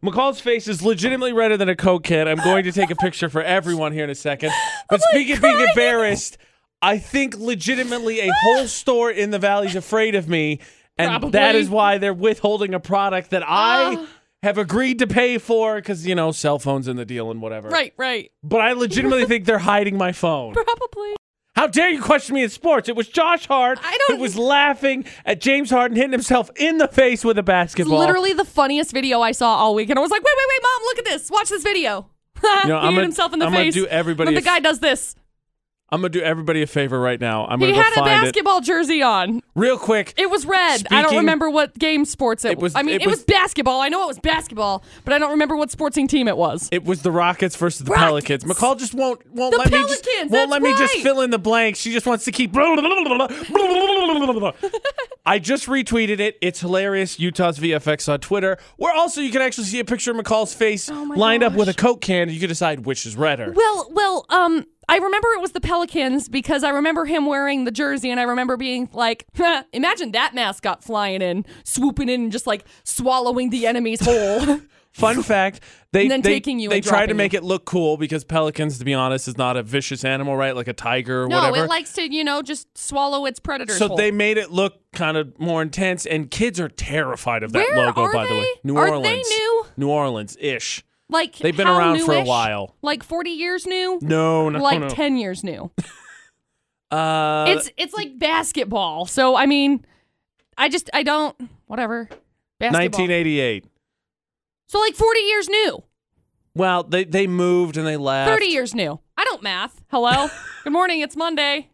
McCall's face is legitimately redder than a Coke can. I'm going to take a picture for everyone here in a second. But speaking of being embarrassed, I think legitimately a whole store in the valley's afraid of me. And that Probably. is why they're withholding a product that I have agreed to pay for because, you know, cell phones in the deal and whatever. Right, right. But I legitimately think they're hiding my phone. Probably. How dare you question me in sports? It was Josh Hart I don't- e- who was laughing at James Harden hitting himself in the face with a basketball. Literally the funniest video I saw all week. And I was like, wait, wait, wait, mom, look at this. Watch this video. You know, he I'm hit gonna- himself in the I'm gonna face. do everybody When a the f- guy does this. I'm gonna do everybody a favor right now. I'm He gonna go had a find it basketball jersey on. real quick. It was red. I don't Speaking- remember what game sports it, It was- was. I mean, it it, was- was, basketball. I know it was basketball, but I don't remember what sportsing team it was. It was the Rockets versus the Pelicans. Rockets. McCall just won't won't The let me just Pelicans, won't that's let me just right. fill in the blanks. She just wants to keep. I just retweeted it. It's hilarious. Utah's VFX on Twitter, where also you can actually see a picture of McCall's face Oh my lined up with a gosh. Coke can. and You can decide which is redder. Well, well, um, I remember it was the Pelicans because I remember him wearing the jersey, and I remember being like, "Huh, imagine that mascot flying in, swooping in, and just like swallowing the enemy's whole. Fun fact: they then they, taking you they and tried to dropping make it look cool because pelicans, to be honest, is not a vicious animal, right? Like a tiger or no, whatever. it likes to, you know, just swallow its predators. so whole. they made it look kind of more intense, and kids are terrified of that Where logo. are by the they? way, New Are they Orleans, new? New Orleans ish. like They've been how around for a newish? while. like forty years new, No, no, like no. ten years new. uh, it's it's like basketball. So I mean, I just I don't whatever. Basketball. 1988. So like 40 years new, Well, they they moved and they left. 30 years new. I don't math. Hello. Good morning. It's Monday.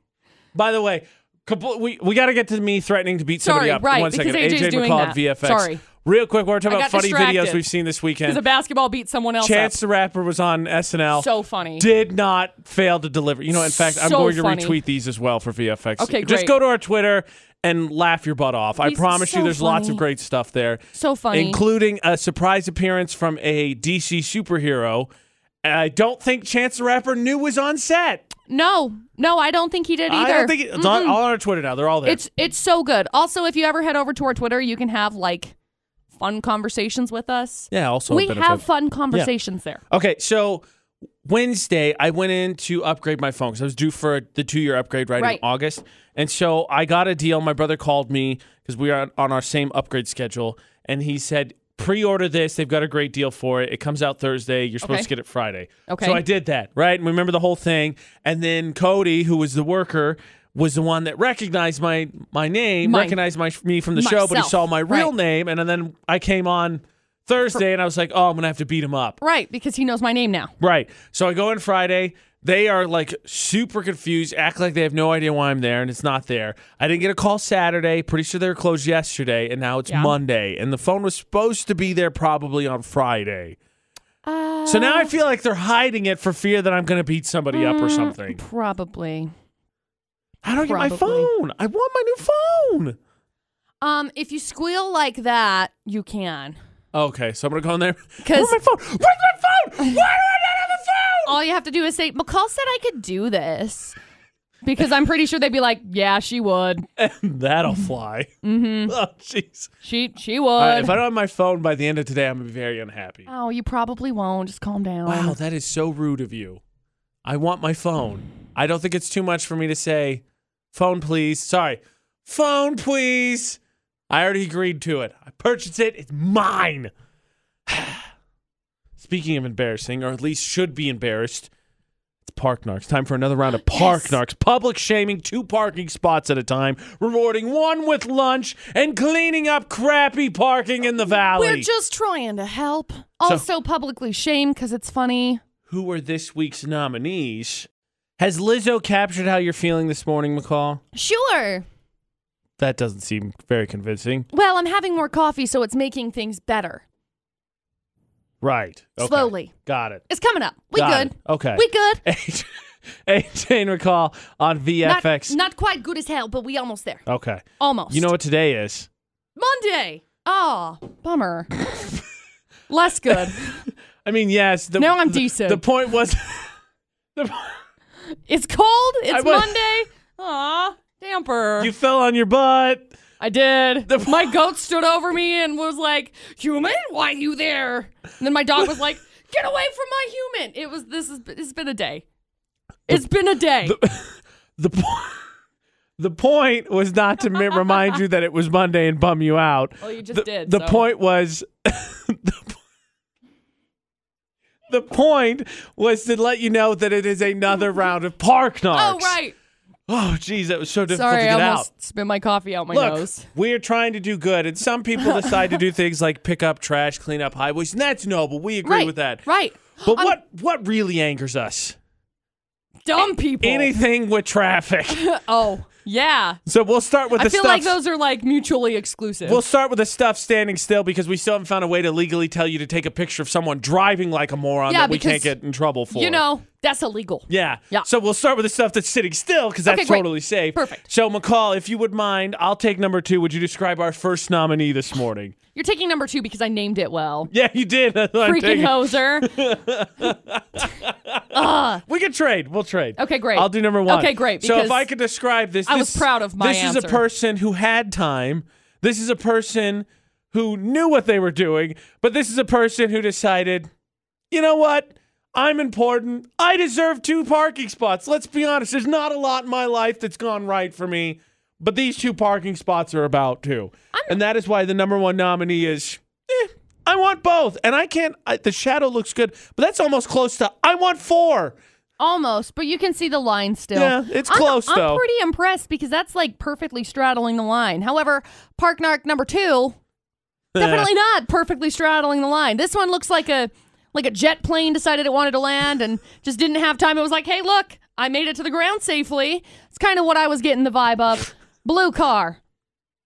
By the way, compl- we we got to get to me threatening to beat somebody Sorry, up. right, One because second, AJ 's AJ doing McCall that. VFX. Sorry. Real quick, we're talking I about got funny videos distracted. we've seen this Because a weekend. basketball beat someone else Chance the Rapper was on up. SNL. So funny. did not fail to deliver. You know, in fact, I'm So going to funny. retweet these as well for VFX. Okay, Just great. go to our Twitter and laugh your butt off. I He's promise you, so there's lots of funny. great stuff there, so funny. including a surprise appearance from a DC superhero. I don't think Chance the Rapper knew was on set. no, no, I don't think he did either. I don't think it- it's on, all on our Twitter now. They're all there. it's it's so good. Also, if you ever head over to our Twitter, you can have like fun conversations with us. yeah, also a we benefit. have fun conversations there. Okay, so Wednesday I went in to upgrade my phone because I was due for the two-year upgrade right, Right. in August, and so I got a deal. My brother called me because we are on our same upgrade schedule, and he said pre-order this. They've got a great deal for it. It comes out Thursday. You're supposed Okay. to get it Friday. Okay. So I did that right, and we remember the whole thing. And then Cody, who was the worker. Was the one that recognized my my name, Mine. recognized my me from the show, but he Myself. saw my real Right. name, and then I came on Thursday, and I was like, "Oh, I'm gonna have to beat him up." Right, because he knows my name now. Right. So I go in Friday. They are like super confused, act like they have no idea why I'm there and it's not there. I didn't get a call Saturday. Pretty sure they were closed yesterday and now it's Yeah. Monday. And the phone was supposed to be there probably on Friday. Uh, Mm. So now I feel like they're hiding it for fear that I'm going to beat somebody up or something. probably. I don't get my probably. phone. I want my new phone. Um, if you squeal like that, you can. Okay, so I'm going to go in there. Where's Because my phone? Where's my phone? Why do I not have a phone? all you have to do is say, McCall said I could do this. Because I'm pretty sure they'd be like, yeah, she would. And that'll fly. Mm-hmm. Oh, jeez. She she would. All right, Uh, if I don't have my phone by the end of today, I'm going to be very unhappy. oh, you probably won't. Just calm down. Wow, that is so rude of you. I want my phone. I don't think it's too much for me to say, phone, please. Sorry, phone, please. I already agreed to it. I purchased it. It's mine. Speaking of embarrassing, or at least should be embarrassed, It's Park Narks. Time for another round of Park Yes. Narks. Public shaming two parking spots at a time, rewarding one with lunch and cleaning up crappy parking in the valley. We're just trying to help. Also, publicly shame because it's funny. Who are this week's nominees? Has Lizzo captured how you're feeling this morning, McCall? Sure. That doesn't seem very convincing. Well, I'm having more coffee, so it's making things better. Right. Okay. Slowly. Got it. It's coming up. We Got good. it. Okay. We good. AJ, AJ and McCall on Not- VFX. Not, quite good as hell, but we almost there. okay. Almost. You know what today is? Monday. Oh, bummer. Less good. I mean, yes. The, Now I'm the- decent. The point was. the, po- It's cold. I It's was- Monday. Aw, damper. you fell on your butt. I did. The- my goat stood over me and was like, "Human, why you there?" And then my dog was like, "Get away from my human!" It was this is it's been a day. It's been a day. The po- the point was not to mi- remind you that it was Monday and bum you out. well, you just the, did. the so. point was the, po- the point was to let you know that it is another round of park knocks. Oh right. Oh geez, that was so difficult Sorry, to get I out. almost spit my coffee out my Look, nose. we're trying to do good, and some people decide to do things like pick up trash, clean up highways, and that's noble. We agree right with that. Right. But I'm- what what really angers us? Dumb people. Anything with traffic. oh yeah. so we'll start with I the feel stuff. like those are like mutually exclusive. We'll start with the stuff standing still because we still haven't found a way to legally tell you to take a picture of someone driving like a moron Yeah, that we can't because, get in trouble for. you know that's illegal. Yeah. Yeah. So we'll start with the stuff that's sitting still because that's Okay, great. totally safe. Perfect. So McCall, if you would mind, I'll take number two. Would you describe our first nominee this morning? You're taking number two because I named it well. Yeah, you did. That's what I'm Freaking taking. hoser. We can trade. We'll trade. Okay, great. I'll do number one. Okay, great, So if because I could describe this, I was this- proud of my This is a answer. person who had time. This is a person who knew what they were doing. But this is a person who decided, you know what? I'm important. I deserve two parking spots. Let's be honest. There's not a lot in my life that's gone right for me, but these two parking spots are about to. and that is why the number one nominee is. eh, I want both, and I can't. I, the shadow looks good, but that's almost close to. I want four. Almost, but you can see the line still. Yeah, it's I'm- close, I'm though. pretty impressed because that's like perfectly straddling the line. However, Park Narc number two, definitely not perfectly straddling the line. This one looks like a like a jet plane decided it wanted to land and just didn't have time. It was like, hey, look, I made it to the ground safely. It's kind of what I was getting the vibe of. Blue car.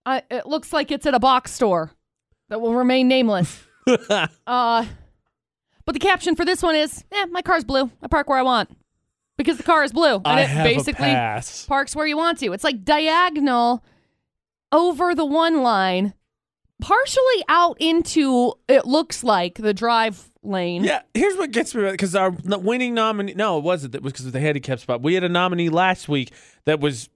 I, it looks like it's at a box store that will remain nameless. Uh, but the caption for this one is, "Yeah, my car's blue. I park where I want because the car is blue, and I it have basically a pass. parks where you want to. It's like diagonal over the one line, partially out into it looks like the drive lane. Yeah, here's what gets me because our n- winning nominee. No, it wasn't. That was because of the handicap spot. We had a nominee last week that was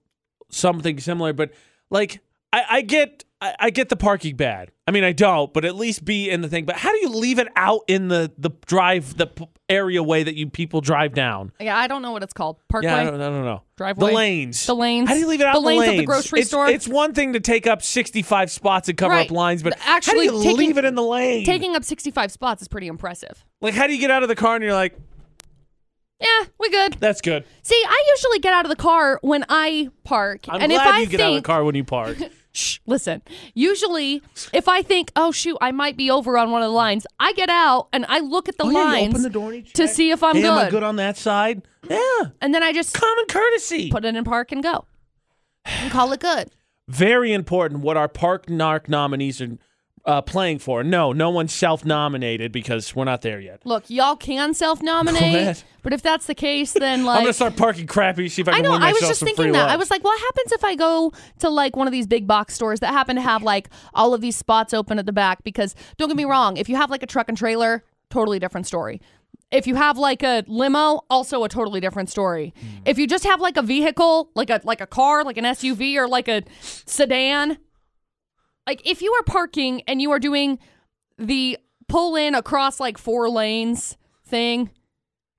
something similar, but like I, I get, I, I get the parking bad. I mean, I don't, but at least be in the thing. But how do you leave it out in the the drive the p- area way that you people drive down? Yeah, I don't know what it's called. Parkway. Yeah, I don't, I don't know. Driveway? The lanes. The lanes. How do you leave it out The in lanes at the lanes? grocery It's- store? It's one thing to take up 65 spots and cover Right. up lines, but Actually, how do you taking- leave it in the lane? Taking up 65 spots is pretty impressive. like, how do you get out of the car and you're like, Yeah, we good. that's good. See, I usually get out of the car when I park, I'm and glad if I you think get out of the car when you park. Shh, listen. Usually, if I think, oh shoot, I might be over on one of the lines, I get out and I look at the Oh, lines to see if I'm hey, good. Am I good on that side? Yeah. and then I just Common courtesy. put it in park and go. And call it good. Very important what our Park Narc nominees are uh, playing for. No, no one's self nominated because we're not there yet. Look, y'all can self nominate, What? but if that's the case, then I'm like gonna start parking crappy. See if I I can know. win I myself was just some thinking free that. I lunch. was like, what happens if I go to like one of these big box stores that happen to have like all of these spots open at the back? Because don't get me wrong, if you have like a truck and trailer, totally different story. If you have like a limo, also a totally different story. Hmm. If you just have like a vehicle, like a like a car, like an SUV or like a sedan, like if you are parking and you are doing the pull in across like four lanes thing,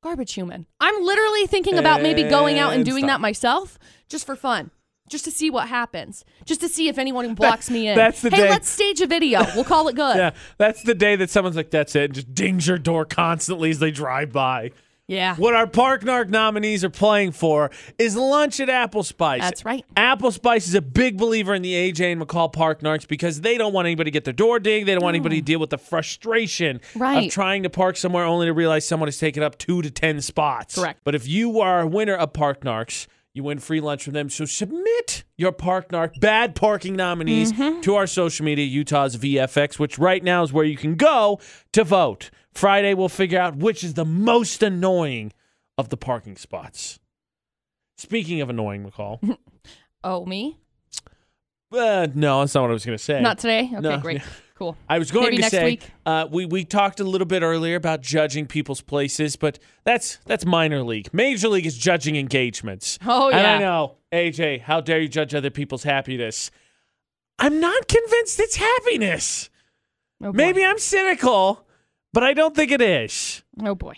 garbage human. I'm literally thinking about maybe going out and And doing stop. that myself just for fun. Just to see what happens. Just to see if anyone who blocks me in. that's the hey, day- let's stage a video. We'll call it good. Yeah, that's the day that someone's like, "That's it," and just dings your door constantly as they drive by. Yeah. What our Park Narc nominees are playing for is lunch at Apple Spice. That's right. Apple Spice is a big believer in the AJ and McCall Park Narcs because they don't want anybody to get their door dinged. They don't want anybody to deal with the frustration Right. of trying to park somewhere only to realize someone has taken up two to 10 spots. Correct. But if you are a winner of Park Narcs, you win free lunch from them. So submit your Park Narc bad parking nominees Mm-hmm. to our social media, Utah's VFX, which right now is where you can go to vote. Friday, we'll figure out which is the most annoying of the parking spots. Speaking of annoying, McCall. Oh, me? Uh, no, that's not what I was going to say. Not today? Okay, No. great. Cool. I was going Maybe to next say week. Uh, we we talked a little bit earlier about judging people's places, but that's that's minor league. Major league is judging engagements. Oh, And I yeah. know, AJ, how dare you judge other people's happiness? I'm not convinced it's happiness. Oh, boy. Maybe I'm cynical, but I don't think it is. Oh, boy.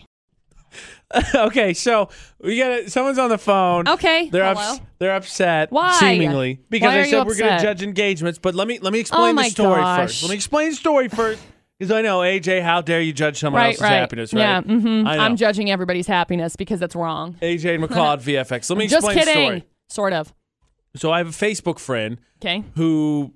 okay, so we got to someone's on the phone. Okay. They're Hello? ups- they're upset Why? seemingly because Why I are said you we're going to upset? Oh judge engagements, but let me let me explain the my story gosh. first. Let me explain the story first cuz I know AJ how dare you judge someone Right, else's right. happiness, right? Yeah, mm-hmm. I know. I'm judging everybody's happiness because that's wrong. AJ and McCall at VFX. Let me Just explain the kidding. story. Sort of. So I have a Facebook friend Okay. who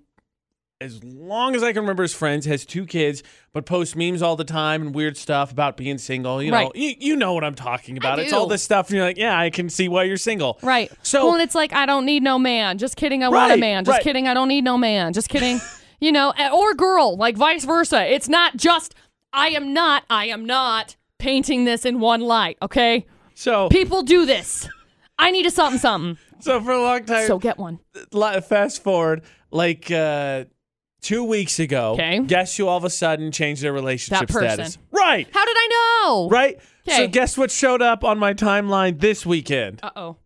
as long as I can remember his friends has two kids but posts memes all the time and weird stuff about being single, you know. Right. You, you know what I'm talking about. It's do. all this stuff and you're like, "Yeah, I can see why you're single." Right. So- well, and it's like I don't need no man. Just kidding. I want a Right, man. Just right. kidding. I don't need no man. Just kidding. you know, a- or girl, like vice versa. It's not just I am not. I am not painting this in one light. Okay. So People do this. I need a something something. so for a long time So get one. li- fast forward like uh two weeks ago Okay. guess who all of a sudden changed their relationship That person. status right How did I know? right so Okay. guess what showed up on my timeline this weekend Uh oh.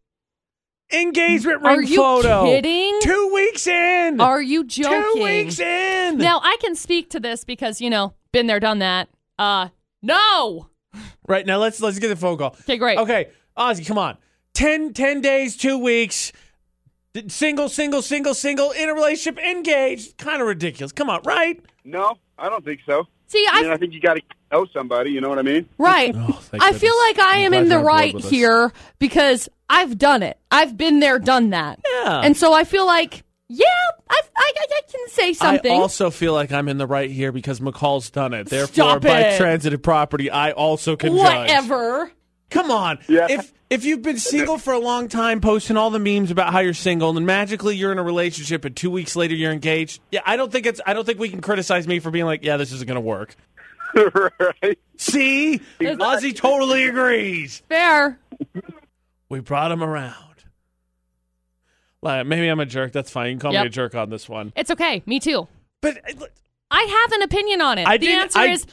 engagement ring Are you photo kidding? two weeks in Are you two joking? weeks in Now I can speak to this because you know, been there, done that. Uh, no. right now let's let's get the phone call Okay, great. okay ozzy come on 10 10 days two weeks D- single single single single in a relationship engaged kind of ridiculous come on right No, I don't think so. See, I mean, I I think you got to know somebody. You know what I mean? right. Oh, I feel like I am in the right here because I've done it. I've been there, done that. Yeah. And so I feel like, yeah, I've, I, I, I can say something. I also feel like I'm in the right here because McCall's done it. Therefore, Stop by it. transitive property, I also can judge. Whatever. Come on. Yeah. If if you've been single for a long time, posting all the memes about how you're single, and then magically you're in a relationship, and two weeks later you're engaged. Yeah, I don't think it's. I don't think we can criticize me for being like, yeah, this isn't going to work. right? See, Ozzy totally agrees. Fair. We brought him around. Like, maybe I'm a jerk. That's fine. You can call Yep. me a jerk on this one. It's okay. Me too. But uh, I have an opinion on it. I the didn't- answer I- is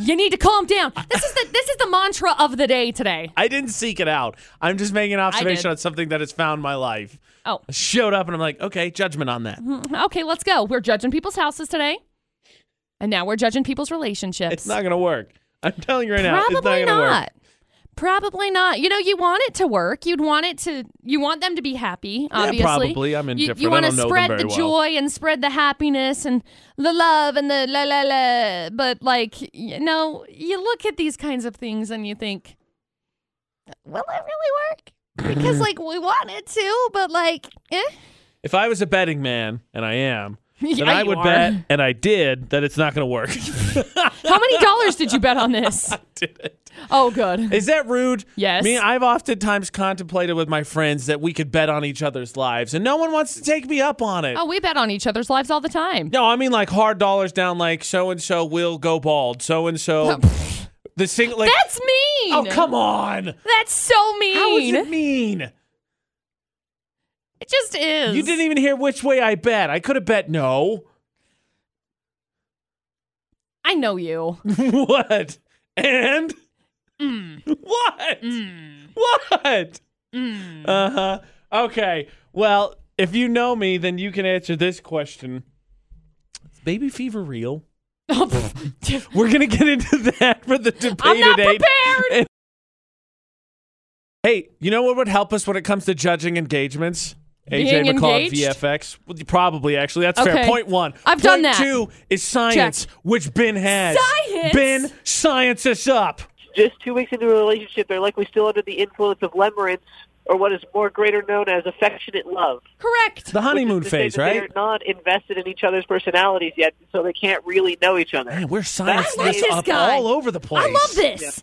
you need to calm down. This is the this is the mantra of the day today. I didn't seek it out. I'm just making an observation did. on something that has found my life. Oh, I showed up and I'm like, okay, judgment on that. okay, let's go. We're judging people's houses today. And now we're judging people's relationships. It's not gonna work. I'm telling you right now, it's not Probably gonna work. Probably not. You know, you want it to work. You'd want it to. You want them to be happy. Obviously, probably. I'm You- indifferent. You, I want don't to know them spread very the well. joy and spread the happiness and the love and the la la la. But like, you know, you look at these kinds of things and you think, will it really work? Because like we want it to, but like, eh? If I was a betting man, and I am, then Yeah, I you would are. bet, and I did, that it's not gonna work. How many dollars did you bet on this? Did it? Oh, good. Is that rude? Yes. I mean, I've oftentimes contemplated with my friends that we could bet on each other's lives, and no one wants to take me up on it. Oh, we bet on each other's lives all the time. No, I mean like hard dollars down, like so and so will go bald, so and so. The single, like, That's mean. oh come on. That's so mean. How is it mean? It just is. You didn't even hear which way I bet. I could have bet no. I know you. what? And Mm. what? Hmm. What? Mm. Uh huh. Okay. Well, if you know me, then you can answer this question. Is baby fever real? Oh, We're gonna get into that for the debate. I'm not at eight. prepared. Hey, you know what would help us when it comes to judging engagements? AJ Being McCall engaged? at VFX. Well, you probably actually. That's fair. Okay. Point one. I've Point done that. Two is science, which Ben has. Science? Ben, science us up. Just two weeks into a relationship, they're likely still under the influence of limerence, or what is more greater known as affectionate love. Correct. The honeymoon Which is to say phase, that right? They're not invested in each other's personalities yet, so they can't really know each other. Man, we're science I like this this up guy. all over the place. I love this.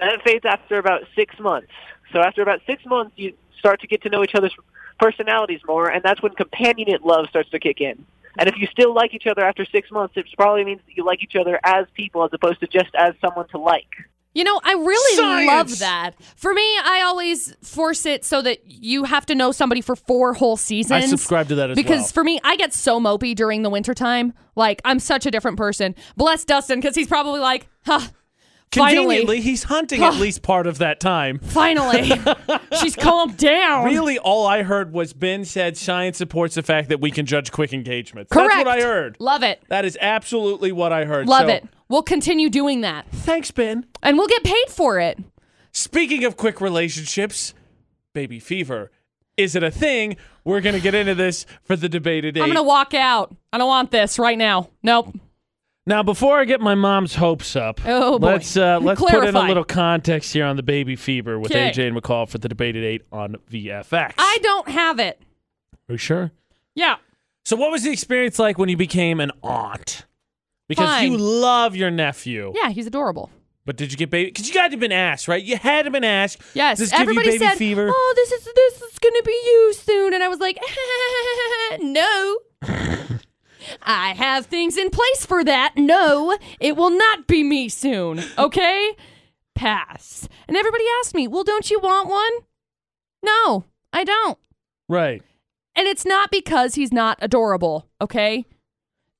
That fades after about six months. So after about six months, you start to get to know each other's personalities more, and that's when companionate love starts to kick in. And if you still like each other after six months, it probably means that you like each other as people as opposed to just as someone to like. You know, I really Science! love that. For me, I always force it so that you have to know somebody for four whole seasons. I subscribe to that as because well. for me, I get so mopey during the wintertime. Like, I'm such a different person. Bless Dustin because he's probably like, huh, Conveniently, finally, Um, he's hunting at least part of that time. finally, she's calmed down. Really, all I heard was Ben said science supports the fact that we can judge quick engagements. Correct. That's what I heard. Love it. That is absolutely what I heard. Love So, it. We'll continue doing that. Thanks, Ben. And we'll get paid for it. Speaking of quick relationships, baby fever. Is it a thing? We're going to get into this for the debate today. I'm going to walk out. I don't want this right now. Nope. Now, before I get my mom's hopes up, Oh, boy. let's uh, let's put in a Clarify. little context here on the baby fever with 'Kay. AJ and McCall for the debate at eight on VFX. I don't have it. Are you sure? Yeah. So, what was the experience like when you became an aunt? Because Fine. you love your nephew, Yeah, he's adorable. but did you get baby? Because you got to have been asked, right? You had to have been asked. Yes, Does this give everybody you baby said, fever? "Oh, this is this is gonna be you soon," and I was like, "No, I have things in place for that. No, it will not be me soon. Okay, pass." And everybody asked me, "Well, don't you want one?" No, I don't. Right. And it's not because he's not adorable. Okay,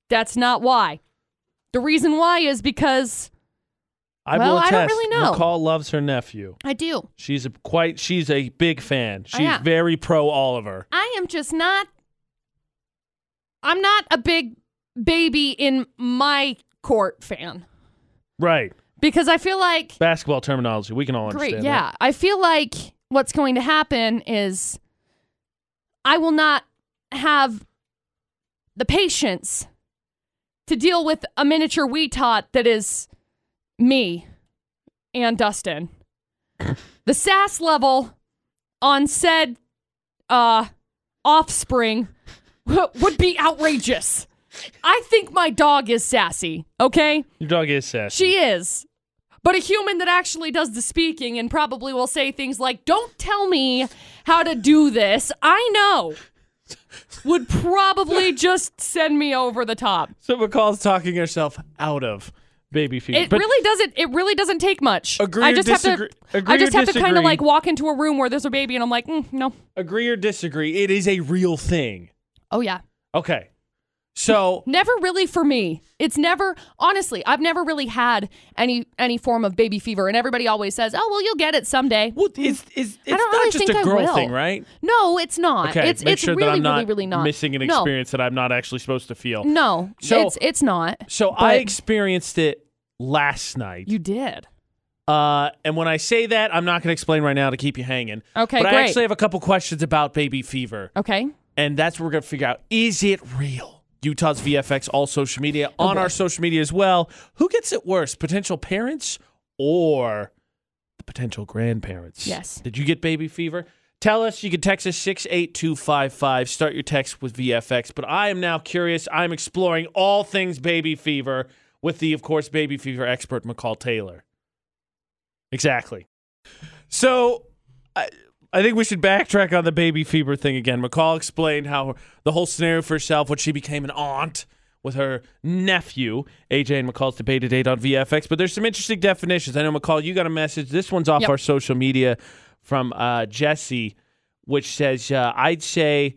that's not why. The reason why is because I Well, will I attest. don't really know. McCall loves her nephew. I do. She's a quite. She's a big fan. She's Oh, yeah. very pro Oliver. I am just not. I'm not a big baby in my court fan Right. because I feel like Basketball terminology. We can all understand. great. that. Yeah, I feel like what's going to happen is I will not have the patience to deal with a miniature wee tot that is me and Dustin. the sass level on said uh, offspring w- would be outrageous. I think my dog is sassy. Okay. Your dog is sassy. She is. But a human that actually does the speaking and probably will say things like, Don't tell me how to do this. I know. Would probably just send me over the top. So McCall's talking herself out of baby fever. It really doesn't it really doesn't take much. Agree I or just disagree- have to agree I just or have to kind disagree? of like walk into a room where there's a baby and I'm like, mm, no. agree or disagree, it is a real thing. Oh yeah. Okay. So Never really for me. It's never honestly, I've never really had any any form of baby fever and everybody always says, "Oh, well, you'll get it someday." what is is it's Mm. I don't not really just think a I girl will. thing, right? No, it's not. Okay, it's make it's sure really, that I'm not really, really not missing an No. experience that I'm not actually supposed to feel. No, So- it's it's not. So I But- experienced it last night. You did. Uh, and when I say that, I'm not going to explain right now to keep you hanging. Okay, but I great. actually have a couple questions about baby fever, Okay. and that's what we're going to figure out: is it real? Utah's VFX, all social media, on our social media as well. Who gets it worse, potential parents or the potential grandparents? Yes. Did you get baby fever? Tell us. You can text us six eight two five five. Start your text with VFX. But I am now curious. I'm exploring all things baby fever with the, of course, baby fever expert McCall Taylor. Exactly. So I, I think we should backtrack on the baby fever thing again. McCall explained how the whole scenario for herself when she became an aunt with her nephew. AJ and McCall's debate date on VFX, but there's some interesting definitions. I know McCall, you got a message. This one's off Yep. our social media from uh, Jesse, which says, uh, "I'd say."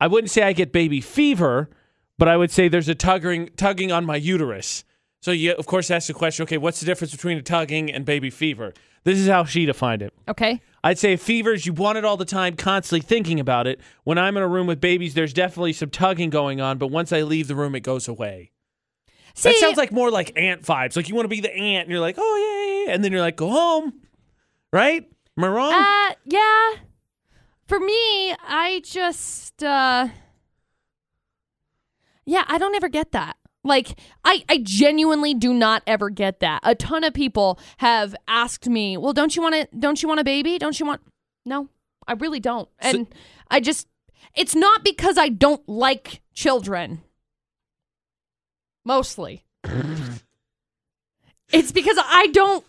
I wouldn't say I get baby fever, but I would say there's a tugging tugging on my uterus. So you of course ask the question, okay, what's the difference between a tugging and baby fever? This is how she defined it. Okay. I'd say fever is you want it all the time, constantly thinking about it. When I'm in a room with babies, there's definitely some tugging going on, but once I leave the room, it goes away. See, that sounds like more like ant vibes. Like you want to be the ant, and you're like, oh yeah, yeah, yeah, and then you're like, go home, right? Am I wrong? uh, yeah. For me, I just, uh, yeah, I don't ever get that. Like I, I genuinely do not ever get that. A ton of people have asked me, "Well, don't you want to? Don't you want a baby? Don't you want?" No, I really don't. And I just, it's not because I don't like children. Mostly, it's because I don't,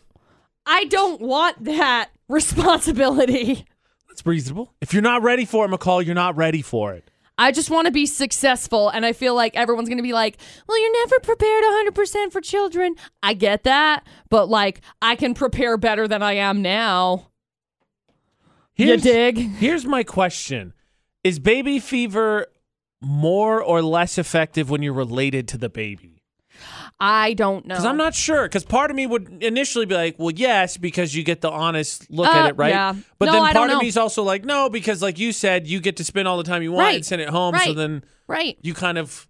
I don't want that responsibility. That's reasonable. If you're not ready for it, McCall, you're not ready for it. I just want to be successful. And I feel like everyone's going to be like, well, you're never prepared 100% for children. I get that. But like, I can prepare better than I am now. Here's- dig? Here's my question: Is baby fever more or less effective when you're related to the baby? I don't know. Because I'm not sure. Because part of me would initially be like, well, yes, because you get the honest look Uh, at it, right? yeah. But No, then I part don't of know. me is also like, no, because like you said, you get to spend all the time you want Right. and send it home. So Right. then Right. you kind of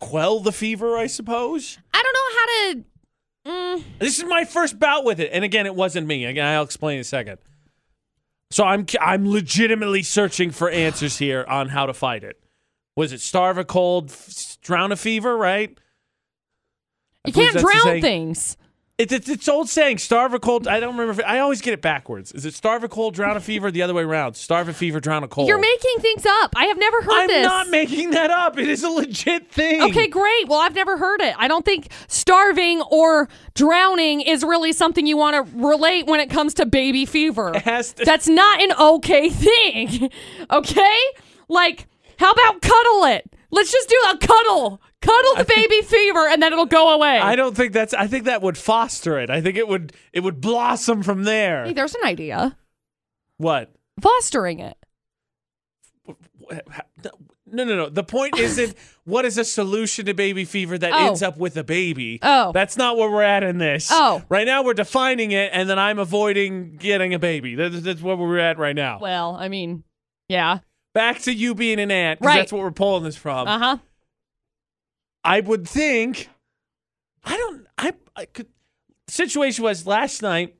quell the fever, I suppose. I don't know how to. Mm, This is my first bout with it. And again, it wasn't me. Again, I'll explain in a second. So I'm I'm legitimately searching for answers here on how to fight it. Was it starve a cold, f- drown a fever, right? I you believe that's can't the drown saying. things. It's, it's it's old saying, starve a cold. I don't remember. If, I always get it backwards. Is it starve a cold, drown a fever? The other way around. Starve a fever, drown a cold. You're making things up. I have never heard I'm this. not making that up. It is a legit thing. Okay, great. Well, I've never heard it. I don't think starving or drowning is really something you want to relate when it comes to baby fever. has to- That's not an okay thing. Okay? Like, how about cuddle it? Let's just do a cuddle. Cuddle the baby fever and then it'll go away. I don't think that's. I think that would foster it. I think it would. It would blossom from there. Hey, there's an idea. What? Fostering it. No, no, no. The point isn't what is a solution to baby fever that Oh. ends up with a baby. Oh. that's not where we're at in this. Oh. right now we're defining it, and then I'm avoiding getting a baby. That's, that's where we're at right now. Well, I mean, yeah. Back to you being an aunt. 'cause Right. That's what we're pulling this from. Uh huh. I would think. I don't. I. I could. The situation was last night.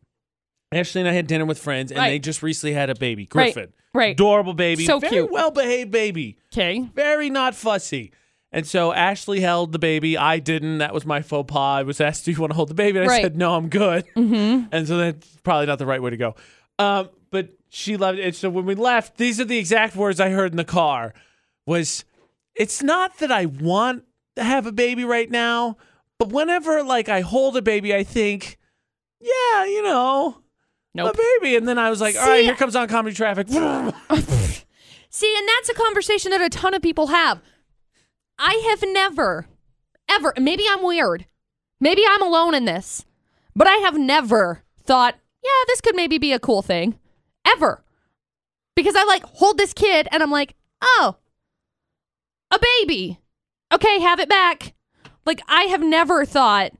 Ashley and I had dinner with friends, and Right. they just recently had a baby, Right. Griffin. Right. Adorable baby. So Very cute. Well behaved baby. Okay. very not fussy. And so Ashley held the baby. I didn't. That was my faux pas. I was asked, "Do you want to hold the baby?" And I Right. said, "No, I'm good." Mm-hmm. And so that's probably not the right way to go. Um, but she loved it. And so when we left, these are the exact words I heard in the car: "Was it's not that I want to have a baby right now, but whenever like I hold a baby, I think, yeah, you know, Nope. a baby." And then I was like, "All right, See- here comes on comedy traffic." See, and that's a conversation that a ton of people have. I have never, ever, maybe I'm weird. Maybe I'm alone in this, but I have never thought, yeah, this could maybe be a cool thing. Ever. Because I like hold this kid and I'm like, oh, a baby. Okay, have it back. Like, I have never thought,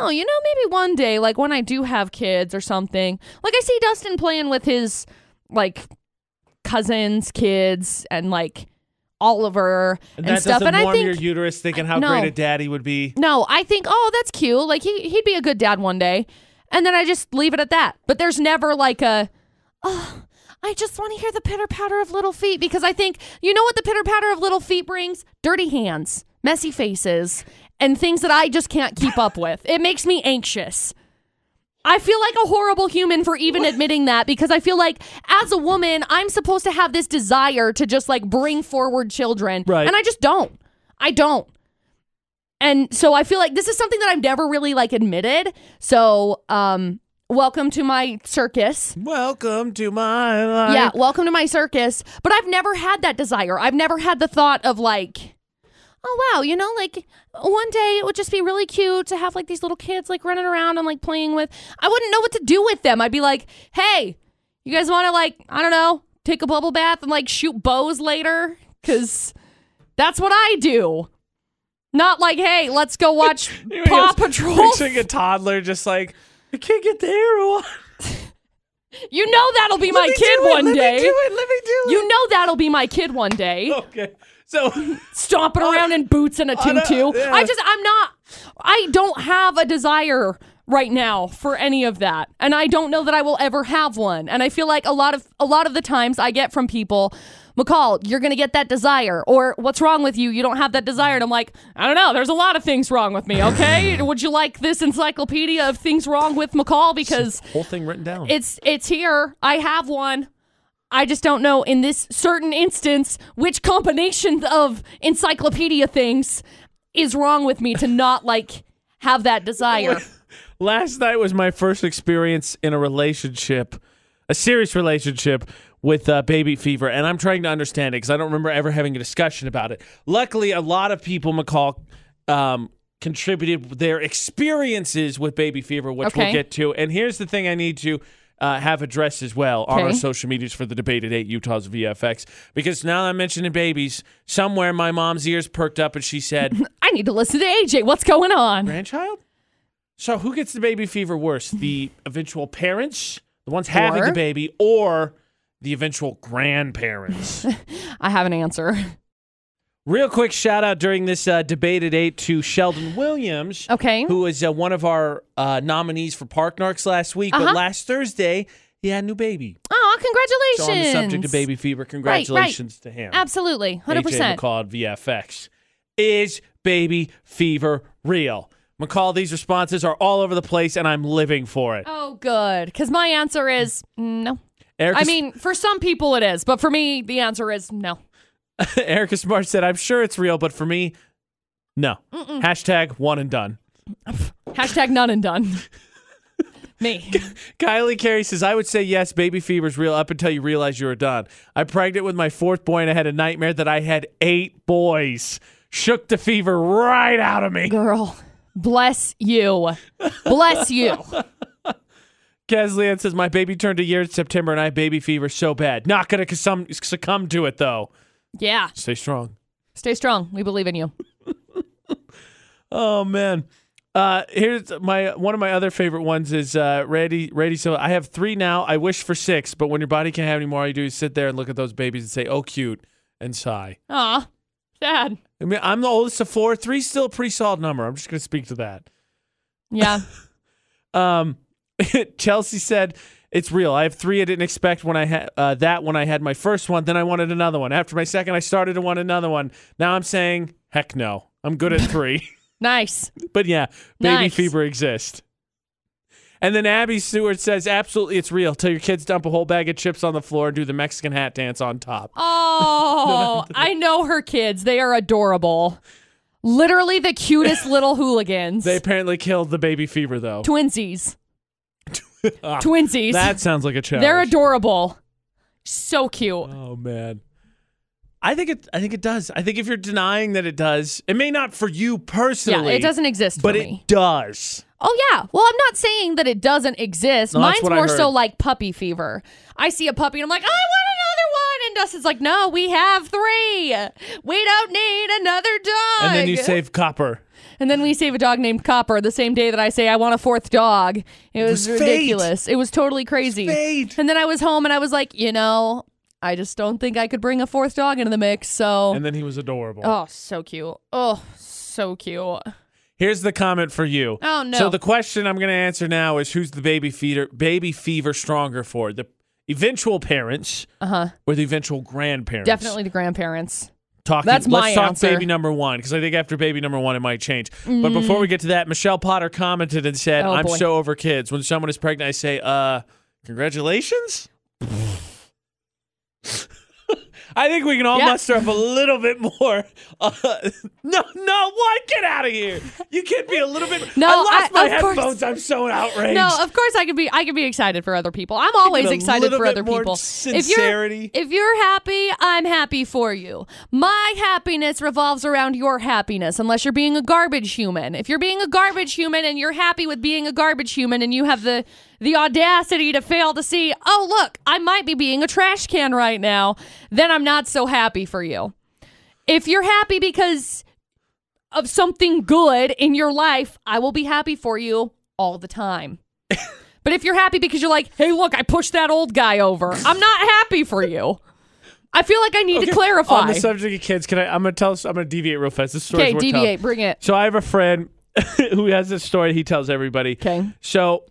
oh, you know, maybe one day, like when I do have kids or something. Like, I see Dustin playing with his, like, cousins, kids, and like Oliver and, And that stuff. doesn't And I warm think your uterus thinking how No. great a daddy would be. no, I think oh that's cute. Like he he'd be a good dad one day, and then I just leave it at that. But there's never like a oh. I just want to hear the pitter patter of little feet because I think you know what the pitter patter of little feet brings? Dirty hands, messy faces, and things that I just can't keep up with. It makes me anxious. I feel like a horrible human for even admitting that because I feel like as a woman, I'm supposed to have this desire to just like bring forward children. Right. And I just don't. I don't. And so I feel like this is something that I've never really like admitted. So, um, welcome to my circus. Welcome to my life. Yeah, welcome to my circus. But I've never had that desire. I've never had the thought of like, oh wow, you know, like one day it would just be really cute to have like these little kids like running around and like playing with. I wouldn't know what to do with them. I'd be like, hey, you guys want to like, I don't know, take a bubble bath and like shoot bows later? Because that's what I do. Not like, hey, let's go watch Here he Paw goes, Patrol. Picturing a toddler just like, I can't get the arrow on. You know that'll be my Let me kid do it, one let day. Me do it, let me do it. Oh, You know that'll be my kid one day. okay. So stomping around in boots and a on a- tutu. yeah. I just, I'm not, I don't have a desire right now for any of that. And I don't know that I will ever have one. And I feel like a lot of, a lot of the times I get from people, McCall, you're going to get that desire. Or, what's wrong with you? You don't have that desire. And I'm like, I don't know. There's a lot of things wrong with me, okay? Would you like this encyclopedia of things wrong with McCall? Because Whole thing written down. it's it's here. I have one. I just don't know in this certain instance which combination of encyclopedia things is wrong with me to not like have that desire. Last night was my first experience in a relationship, a serious relationship with uh, baby fever, and I'm trying to understand it because I don't remember ever having a discussion about it. Luckily, a lot of people, McCall, um, contributed their experiences with baby fever, which Okay. we'll get to. And here's the thing I need to. Uh, have addressed as well on our Okay. social medias for the debate at 8 Utah's VFX. Because now I'm mentioning babies, somewhere my mom's ears perked up and she said, I need to listen to AJ. What's going on? grandchild? So who gets the baby fever worse? The eventual parents, the ones having Or- the baby, or the eventual grandparents? I have an answer. Real quick shout out during this uh, debate at eight to Sheldon Williams, Okay. who was uh, one of our uh, nominees for Park Narks last week. Uh-huh. But last Thursday, he had a new baby. Oh, So congratulations. on the subject of baby fever, congratulations to him. Absolutely. 100%. AJ McCall at VFX. Is baby fever real? McCall, these responses are all over the place, and I'm living for it. Oh, good. Because my answer is no. Erica, I mean, for some people it is, but for me, the answer is no. Erica Smart said, "I'm sure it's real, but for me, no." Hashtag one and done. Hashtag none and done. me. Kylie Carey says, "I would say yes. Baby fever's real up until you realize you were done. I'm pregnant with my fourth boy, and I had a nightmare that I had eight boys. Shook the fever right out of me." Girl, bless you. Bless you. Keslian says, "My baby turned a year in September, and I have baby fever so bad. Not gonna succumb, succumb to it though. Yeah. Stay strong." Stay strong. We believe in you. Oh man. Uh, here's my one of my other favorite ones is uh, Randy. Randy, so I have three now. I wish for six, but when your body can't have any more, all you do is sit there and look at those babies and say, "Oh, cute," and sigh. Aw. Sad. I mean, I'm the oldest of four. Three's still a pretty solid number. I'm just gonna speak to that. Yeah. Um, Chelsea said, "It's real. I have three. I didn't expect when I had uh, that when I had my first one. Then I wanted another one. After my second, I started to want another one. Now I'm saying, heck no. I'm good at three. Nice. but yeah, baby Nice. fever exists." And then Abby Stewart says, "Absolutely, it's real. Till your kids dump a whole bag of chips on the floor and do the Mexican hat dance on top." Oh, I know her kids. They are adorable. Literally the cutest little hooligans. They apparently killed the baby fever though. Twinsies. Ah, Twinsies. that sounds like a challenge. They're adorable. So cute. Oh man. I think it I think it does. I think if you're denying that it does, it may not for you Yeah, personally. it doesn't exist but for it me. does. Oh yeah. Well, I'm not saying that it doesn't exist. No, that's Mine's what I more so heard. like puppy fever. I see a puppy and I'm like, I want another one. And Dustin's like, No, we have three. We don't need another dog. And then you save copper. And then we save a dog named Copper the same day that I say I want a fourth dog. It was, was fate. ridiculous. It was totally crazy. fate. And then I was home and I was like, you know, I just don't think I could bring a fourth dog into the mix. So And then he was adorable. Oh, so cute. Oh, so cute. Here's the comment for you. Oh, no. So the question I'm going to answer now is who's the baby fever baby fever stronger for? The eventual parents Uh-huh. or the eventual grandparents? Definitely the grandparents. Talking, That's my let's talk answer. Mm-hmm. baby number one because I think after baby number one it might change. But before we get to that, Michelle Potter commented and said, Oh, "I'm boy. so over kids. When someone is pregnant, I say, uh, congratulations." I think we can all Yeah. muster up a little bit more. Uh, no, no, what? Get out of here! You can't be a little bit. No, I lost I- my of course. headphones. I'm so outraged. No, of course I could be I could be excited for other people. I'm always a excited little for bit other more people. sincerity. If you're if you're happy, I'm happy for you. My happiness revolves around your happiness unless you're being a garbage human. If you're being a garbage human and you're happy with being a garbage human and you have the the audacity to fail to see, "Oh, look, I might be being a trash can right now." Then I'm not so happy for you. If you're happy because of something good in your life, I will be happy for you all the time. but if you're happy because you're like, hey, look, I pushed that old guy over, I'm not happy for you. I feel like I need to On clarify. the subject of kids, can I? I'm gonna tell. I'm gonna deviate real fast. This story Okay, deviate, bring it. So I have a friend who has this story he tells everybody. 'Kay. So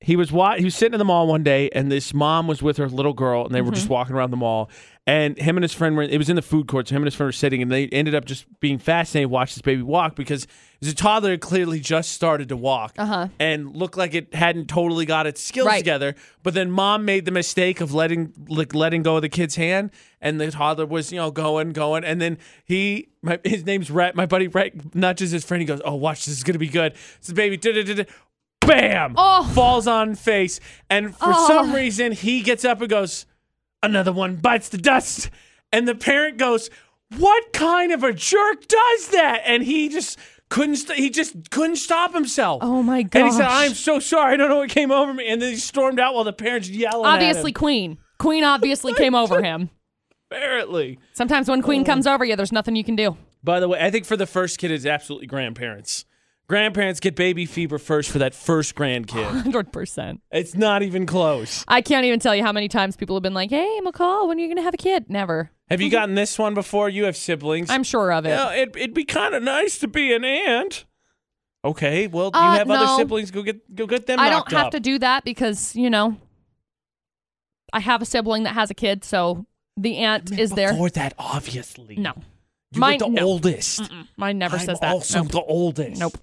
He was wa- he was sitting in the mall one day, and this mom was with her little girl, and they were Mm-hmm. just walking around the mall. And him and his friend were. It was in the food court, so him and his friend were sitting, and they ended up just being fascinated, watch this baby walk because it was a toddler that clearly just started to walk Uh-huh. and looked like it hadn't totally got its skills Right. together. But then mom made the mistake of letting like letting go of the kid's hand, and the toddler was you know going going, and then he my, his name's Rhett. My buddy Rhett nudges his friend. He goes, "Oh, watch this is gonna be good." So the baby da da da da. Bam! Oh. Falls on face, and for Oh. some reason he gets up and goes, "Another one bites the dust." And the parent goes, "What kind of a jerk does that?" And he just couldn't. St- he just couldn't stop himself. Oh my god! And he said, gosh. "I'm so sorry. I don't know what came over me." And then he stormed out while the parents yelling. at him, Obviously, Queen. Queen obviously came over him. apparently. Sometimes when Queen comes over you, there's nothing you can do. By the way, I think for the first kid, it's absolutely grandparents. Grandparents get baby fever first for that first grandkid. 100%. it's not even close. I can't even tell you how many times people have been like, hey, McCall, when are you going to have a kid? Never. Have you gotten this one before? You have siblings. Mm-hmm. I'm sure of it. Yeah, it, it'd be kind of nice to be an aunt. Okay, well, you Uh, have other no. siblings. Go get go get them. I don't knocked have up. to do that because, you know, I have a sibling that has a kid, so the aunt is there. Before that, obviously. No. You're Mine- the no. oldest. Mine never I'm says that. also Nope. the oldest. Nope.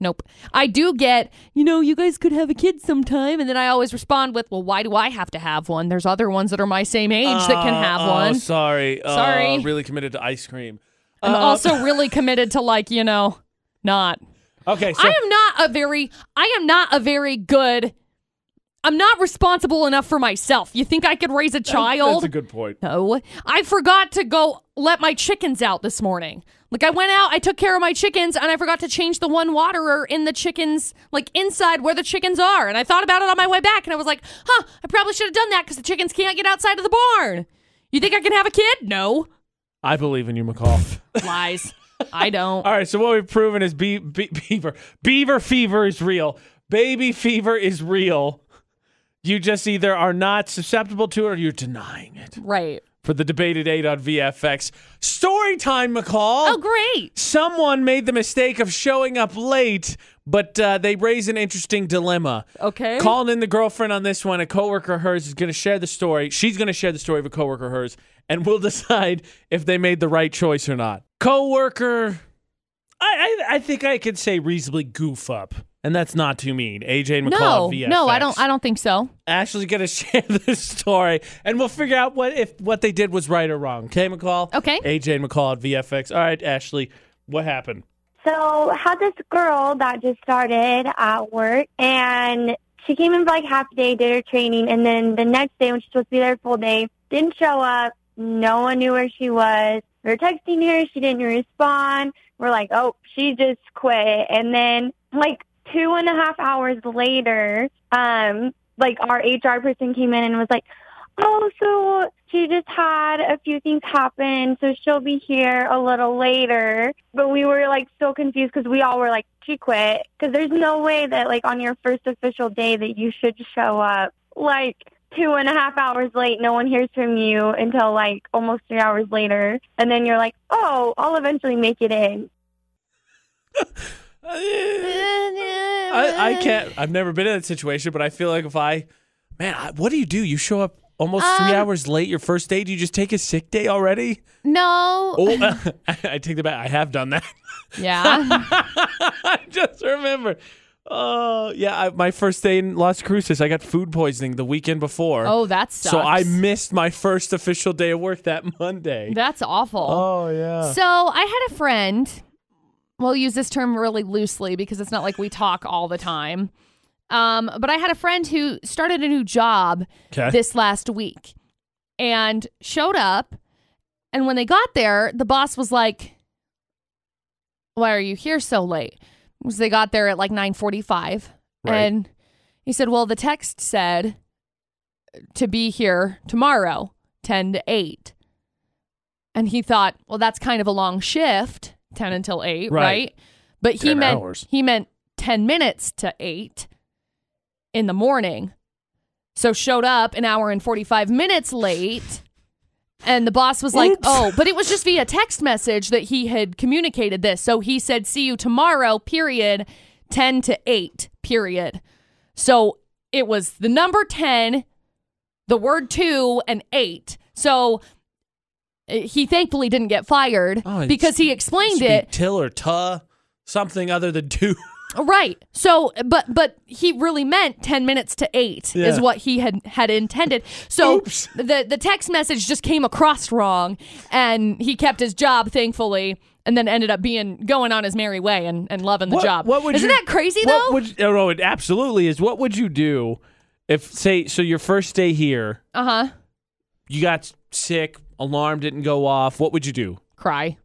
Nope. I do get, you know, you guys could have a kid sometime. And then I always respond with, well, why do I have to have one? There's other ones that are my same age that can Oh, have oh, one. Sorry. Sorry. Uh, really committed to ice cream. I'm Uh, also really committed to, like, you know, not. okay. So I am not a very I am not a very good I'm not responsible enough for myself. You think I could raise a child? that's a good point. no. I forgot to go let my chickens out this morning. Like I went out, I took care of my chickens and I forgot to change the one waterer in the chickens like inside where the chickens are. And I thought about it on my way back and I was like, "Huh, I probably should have done that cuz the chickens can't get outside of the barn." You think I can have a kid? No. I believe in you, McCall. Lies. I don't. All right, so what we've proven is be- be- beaver beaver fever is real. Baby fever is real. You just either are not susceptible to it or you're denying it. Right. For the debate at 8 on VFX. Story time, McCall. Oh, great. Someone made the mistake of showing up late, but uh, they raise an interesting dilemma. Okay. Calling in the girlfriend on this one, a coworker of hers is going to share the story. She's going to share the story of a coworker of hers, and we'll decide if they made the right choice or not. Coworker, I, I, I think I could say reasonably goof up, and that's not too mean. AJ No, McCall, VFX. no, I don't. I don't think so. Ashley's going to share the story, and we'll figure out what if what they did was right or wrong. Okay, McCall. Okay. AJ and McCall at VFX. All right, Ashley, what happened? So had this girl that just started at work and she came in for like half a day, did her training, and then the next day when she's supposed to be there full day, didn't show up. No one knew where she was. We were texting her, she didn't respond. We're like, Oh, she just quit and then like two and a half hours later, um, like our HR person came in and was like, Oh, so she just had a few things happen, so she'll be here a little later. But we were like so confused because we all were like, she quit. Because there's no way that like on your first official day that you should show up like two and a half hours late. No one hears from you until like almost three hours later, and then you're like, oh, I'll eventually make it in. I, I, I can't. I've never been in that situation, but I feel like if I, man, I, what do you do? You show up almost three Um, hours late your first day. Do you just take a sick day already? No. Oh, I, take the back. I have done that. Yeah. I just remembered. Oh, yeah. I, my first day in Las Cruces, I got food poisoning the weekend before. oh, that sucks. so I missed my first official day of work that Monday. That's awful. oh yeah. so I had a friend. We'll use this term really loosely because it's not like we talk all the time. Um, but I had a friend who started a new job Okay. this last week and showed up. And when they got there, the boss was like, "Why are you here so late?" Because they got there at like nine forty-five, Right. and he said, "Well, the text said to be here tomorrow, ten to 8. And he thought, "Well, that's kind of a long shift, ten until eight, Right. right?" But he 10 meant hours. he meant ten minutes to eight in the morning. So showed up an hour and 45 minutes late. And the boss was like, Oops. "Oh, but it was just via text message that he had communicated this." So he said, "See you tomorrow." Period. 10 to 8. Period. So it was the number 10, the word two, and eight. So uh, he thankfully didn't get fired Oh, it's- because he explained Speak it Till or tuh, something other than two. Right. So, but but he really meant ten minutes to eight Yeah. is what he had had intended. So Oops. the the text message just came across wrong, and he kept his job thankfully, and then ended up being going on his merry way and, and loving the What- job. What would Isn't you- that crazy what though? Would, oh, no, it absolutely is. What would you do if, say, so your first day here, Uh huh. you got sick, alarm didn't go off. What would you do? Cry.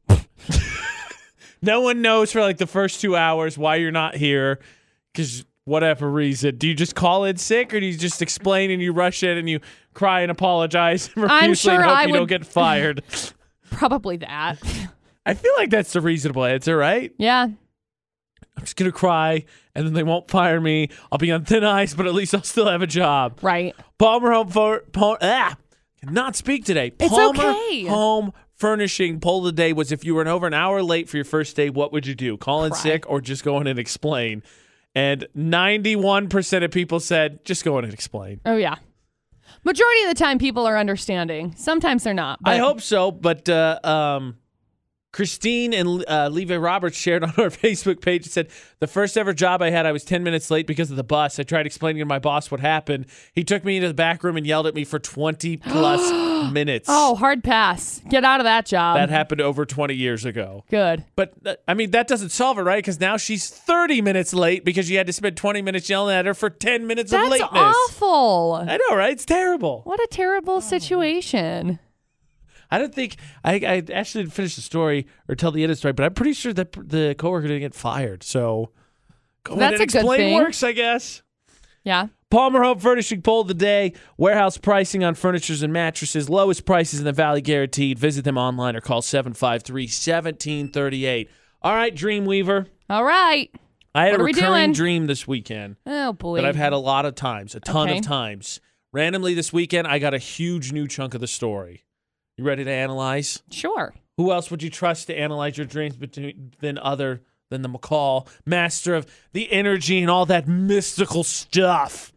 No one knows for like the first two hours why you're not here because whatever reason. Do you just call in sick or do you just explain and you rush in and you cry and apologize? And I'm profusely and sure hope I you don't would- get fired. Probably that. I feel like that's the reasonable answer, right? yeah. I'm just going to cry and then they won't fire me. I'll be on thin ice, but at least I'll still have a job. Right. Palmer Home for Pal- ah, cannot speak today. It's Palmer okay. Home Furnishing poll of the day was if you were an over an hour late for your first day, what would you do? Call in Cry. sick or just go in and explain? And 91% of people said just go in and explain. Oh yeah. Majority of the time, people are understanding. Sometimes they're not. But I hope so, but uh, um, Christine and uh, Leve Roberts shared on our Facebook page and said, The first ever job I had, I was 10 minutes late because of the bus. I tried explaining to my boss what happened. He took me into the back room and yelled at me for 20 plus minutes. Oh, hard pass. Get out of that job. That happened over 20 years ago. Good. But uh, I mean, that doesn't solve it, right? Because now she's 30 minutes late because you had to spend 20 minutes yelling at her for 10 minutes That's of lateness. awful. I know, right? It's terrible. What a terrible situation. I don't think I, I actually didn't finish the story or tell the end of the story, but I'm pretty sure that p- the coworker didn't get fired. So go ahead That's and a good explain thing. works, I guess. Yeah. Palmer Home Furnishing poll of the day. Warehouse pricing on furnitures and mattresses. Lowest prices in the valley guaranteed. Visit them online or call 753 1738. All right, Dreamweaver. All right. I had What a are we recurring doing? dream this weekend Oh boy. that I've had a lot of times, a ton Okay. of times. Randomly this weekend, I got a huge new chunk of the story. You ready to analyze? Sure. Who else would you trust to analyze your dreams between, than other than the McCall, master of the energy and all that mystical stuff?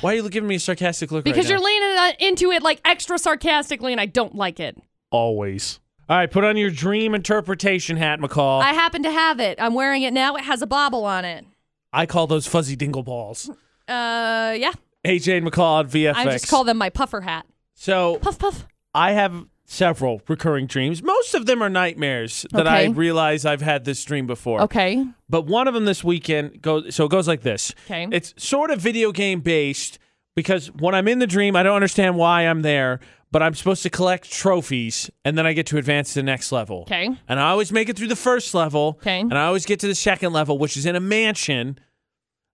Why are you giving me a sarcastic look? Because right you're now? leaning uh, into it like extra sarcastically, and I don't like it. always. All right, put on your dream interpretation hat, McCall. I happen to have it. I'm wearing it now. It has a bobble on it. I call those fuzzy dingle balls. Uh, yeah. AJ and McCall at VFX. I just call them my puffer hat. so Puff puff. I have several recurring dreams. Most of them are nightmares that I Okay. realize I've had this dream before. Okay. But one of them this weekend goes so it goes like this. Okay. It's sort of video game based because when I'm in the dream, I don't understand why I'm there, but I'm supposed to collect trophies and then I get to advance to the next level. Okay. And I always make it through the first level. 'Kay. And I always get to the second level, which is in a mansion,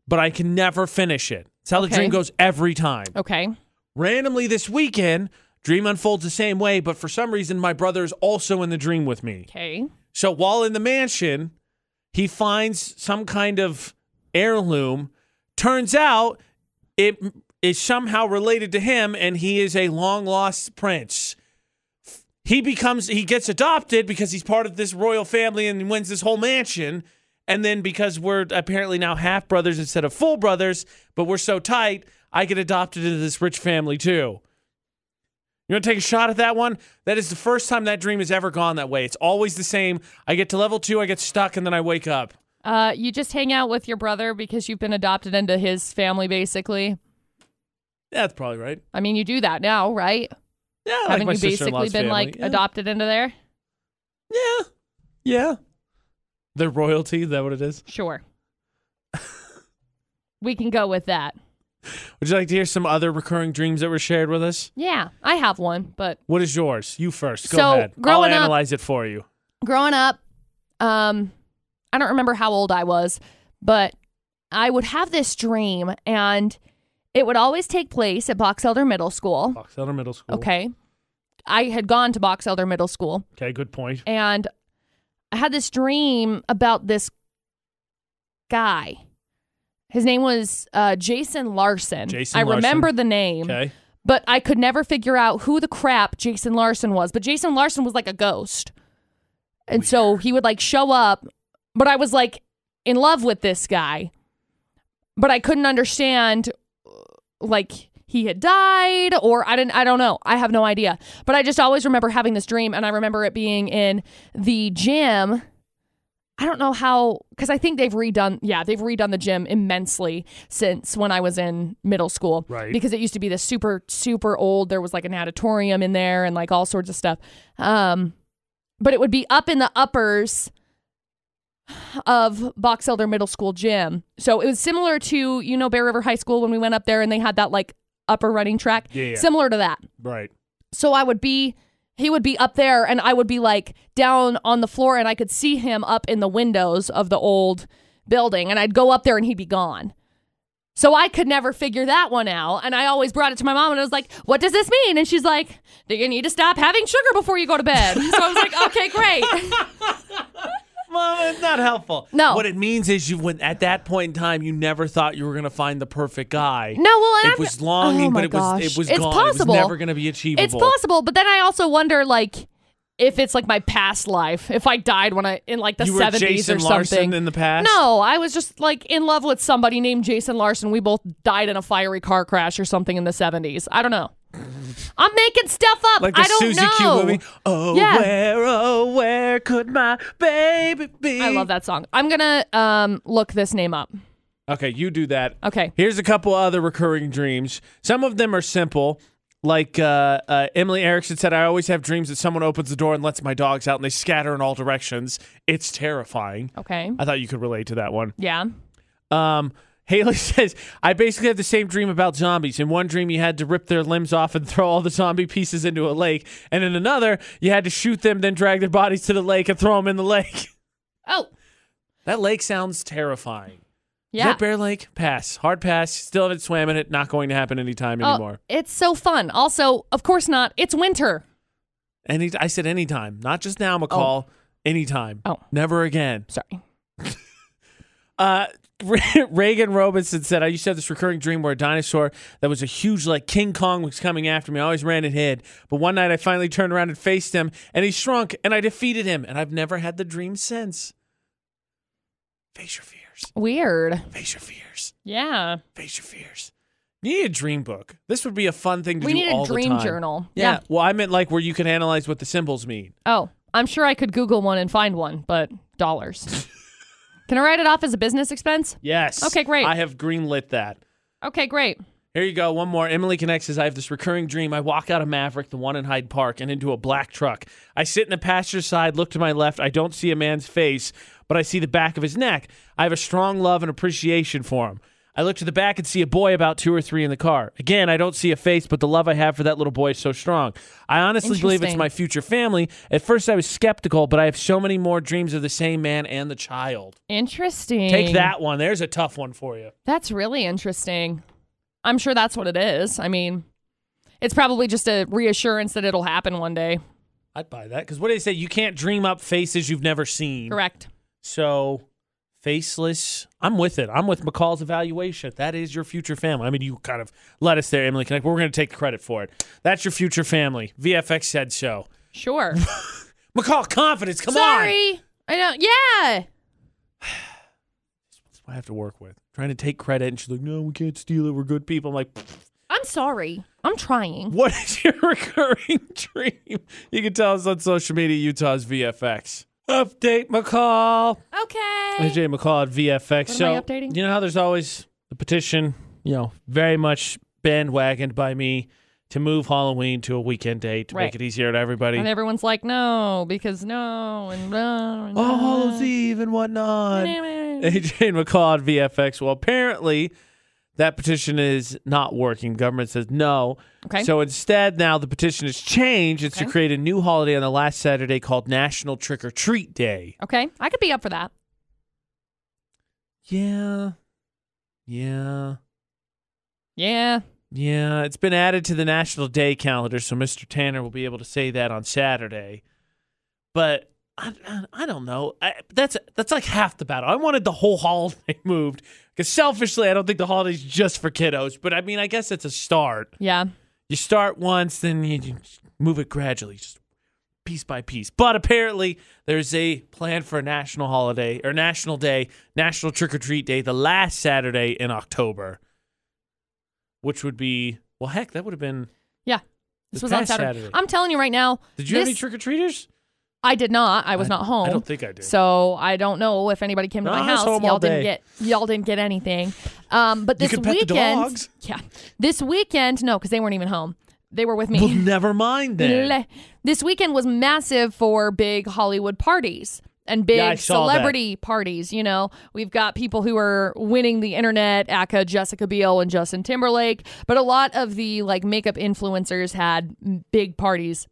but I can never finish it. It's how the Okay. dream goes every time Okay. randomly this weekend dream unfolds the same way but for some reason my brother is also in the dream with me Okay. so while in the mansion he finds some kind of heirloom turns out it m- is somehow related to him and he is a long lost prince he becomes he gets adopted because he's part of this royal family and wins this whole mansion and then because we're apparently now half brothers instead of full brothers but we're so tight i get adopted into this rich family too you want to take a shot at that one that is the first time that dream has ever gone that way it's always the same i get to level two i get stuck and then i wake up Uh, you just hang out with your brother because you've been adopted into his family, basically. yeah, that's probably right I mean, you do that now, right? yeah I like Haven't my you basically sister-in-law's been family. like yeah. adopted into there? yeah yeah the royalty is that what it is Sure. we can go with that. would you like to hear some other recurring dreams that were shared with us Yeah, I have one, but What is yours? You first. Go So, ahead. I'll growing up- analyze it for you. growing up, um, I don't remember how old I was, but I would have this dream, and it would always take place at Box Elder Middle School. Box Elder Middle School. Okay, I had gone to Box Elder Middle School, Okay, good point. and I had this dream about this guy. His name was uh, Jason Larson. Jason I Larson. remember the name. Okay. but I could never figure out who the crap Jason Larson was. But Jason Larson was like a ghost. And so he would like show up, but I was like in love with this guy. but I couldn't understand uh, like he had died or I didn't I don't know. I have no idea. But I just always remember having this dream and I remember it being in the gym. I don't know how cuz I think they've redone yeah, they've redone the gym immensely since when I was in middle school. Right. Because it used to be this super super old. There was like an auditorium in there and like all sorts of stuff. Um but it would be up in the uppers of Box Elder Middle School gym. So it was similar to, you know, Bear River High School when we went up there and they had that like upper running track. Yeah, yeah. Similar to that. Right. So I would be, he would be up there and I would be like down on the floor and I could see him up in the windows of the old building and I'd go up there and he'd be gone. So I could never figure that one out. And I always brought it to my mom and I was like, what does this mean? And she's like, do you need to stop having sugar before you go to bed? So I was like, okay, great. Mom, it's not helpful. No. What it means is you when at that point in time you never thought you were gonna find the perfect guy. No, well, It and I'm- was longing, Oh my but it was gosh. it was It's gone. possible. It was never gonna be achievable. It's possible, but then I also wonder like if it's like my past life, if I died when I in like the You were 70s Jason or Larson something. in the past? No, I was just like in love with somebody named Jason Larson. We both died in a fiery car crash or something in the 70s. I don't know. I'm making stuff up. Like the I don't Susie know. Q movie. Oh Yeah. where, oh where could my baby be? I love that song. I'm going to um look this name up. Okay, you do that. Okay. Here's a couple other recurring dreams. Some of them are simple. Like uh, uh, Emily Erickson said, I always have dreams that someone opens the door and lets my dogs out and they scatter in all directions. It's terrifying. Okay. I thought you could relate to that one. Yeah. Um, Haley says, I basically have the same dream about zombies. In one dream, you had to rip their limbs off and throw all the zombie pieces into a lake. And in another, you had to shoot them, then drag their bodies to the lake and throw them in the lake. Oh. that lake sounds terrifying. Yeah. Red Bear Lake, pass. Hard pass. Still haven't swam in it. Not going to happen anytime Oh, anymore. it's so fun. Also, of course not. It's winter. Any, I said anytime. Not just now, McCall. Anytime. Oh. Never again. Sorry. Uh, Reagan Robinson said, I used to have this recurring dream where a dinosaur that was a huge, like King Kong, was coming after me. I always ran and hid. But one night I finally turned around and faced him, and he shrunk, and I defeated him. And I've never had the dream since. Face your fears. Weird. Face your fears. Yeah. Face your fears. You need a dream book. This would be a fun thing to We do need a all the dream time. journal. Yeah. Yeah. Well, I meant like where you can analyze what the symbols mean. Oh, I'm sure I could Google one and find one, but dollars. Can I write it off as a business expense? Yes. Okay, great. I have greenlit that. Okay, great. Here you go. One more. Emily connects says, I have this recurring dream. I walk out of Maverick, the one in Hyde Park, and into a black truck. I sit in the passenger side, look to my left. I don't see a man's face, but I see the back of his neck. I have a strong love and appreciation for him. I look to the back and see a boy about two or three in the car. Again, I don't see a face, but the love I have for that little boy is so strong. I honestly believe it's Interesting. my future family. At first, I was skeptical, but I have so many more dreams of the same man and the child. Interesting. Take that one. There's a tough one for you. That's really interesting. I'm sure that's what it is. I mean, it's probably just a reassurance that it'll happen one day. I'd buy that because what do they say? You can't dream up faces you've never seen. Correct. So faceless. I'm with it. I'm with McCall's evaluation. That is your future family. I mean, you kind of led us there, Emily Connect. But we're going to take credit for it. That's your future family. VFX said so. Sure. McCall, confidence. Come on. Sorry. I know. Yeah. That's what I have to work with. Trying to take credit, and she's like, "No, we can't steal it. We're good people." I'm like, I'm sorry. I'm trying. "What is your recurring dream?" You can tell us on social media. Utah's VFX update, McCall. Okay. AJ McCall at VFX. What so am I updating? you know how there's always the petition, you know, very much bandwagoned by me to move Halloween to a weekend date to make Right. it easier to everybody. And everyone's like, no, because no, and no. And oh, Hallows no. Eve and whatnot. AJ McCall at VFX. Well, apparently that petition is not working. Government says no. Okay. So instead, now the petition has changed. It's to Okay. create a new holiday on the last Saturday called National Trick or Treat Day. Okay. I could be up for that. Yeah. Yeah. Yeah. Yeah, it's been added to the National Day calendar, so Mr. Tanner will be able to say that on Saturday. But I, I- I don't know. I, that's that's like half the battle. I wanted the whole holiday moved because selfishly, I don't think the holiday's just for kiddos. But I mean, I guess it's a start. Yeah. You start once, then you, you move it gradually. Just piece by piece. But apparently, there's a plan for a national holiday or national day, National Trick or Treat Day, the last Saturday in October, which would be well, heck, that would have been. Yeah. This This was on past Saturday. Saturday. I'm telling you right now. Did you have any this- trick or treaters? I did not. I was not home. I don't think I did. So I don't know if anybody came to No, my I was house. home all y'all didn't day. get y'all didn't get anything. Um, but You this could pet the weekend, dogs. yeah, this weekend, no, because they weren't even home. They were with me. well, never mind then. Le- This weekend was massive for big Hollywood parties and big Yeah, I saw that. celebrity parties. You know, we've got people who are winning the internet, Aka, Jessica Biel, and Justin Timberlake, but a lot of the like makeup influencers had m- big parties.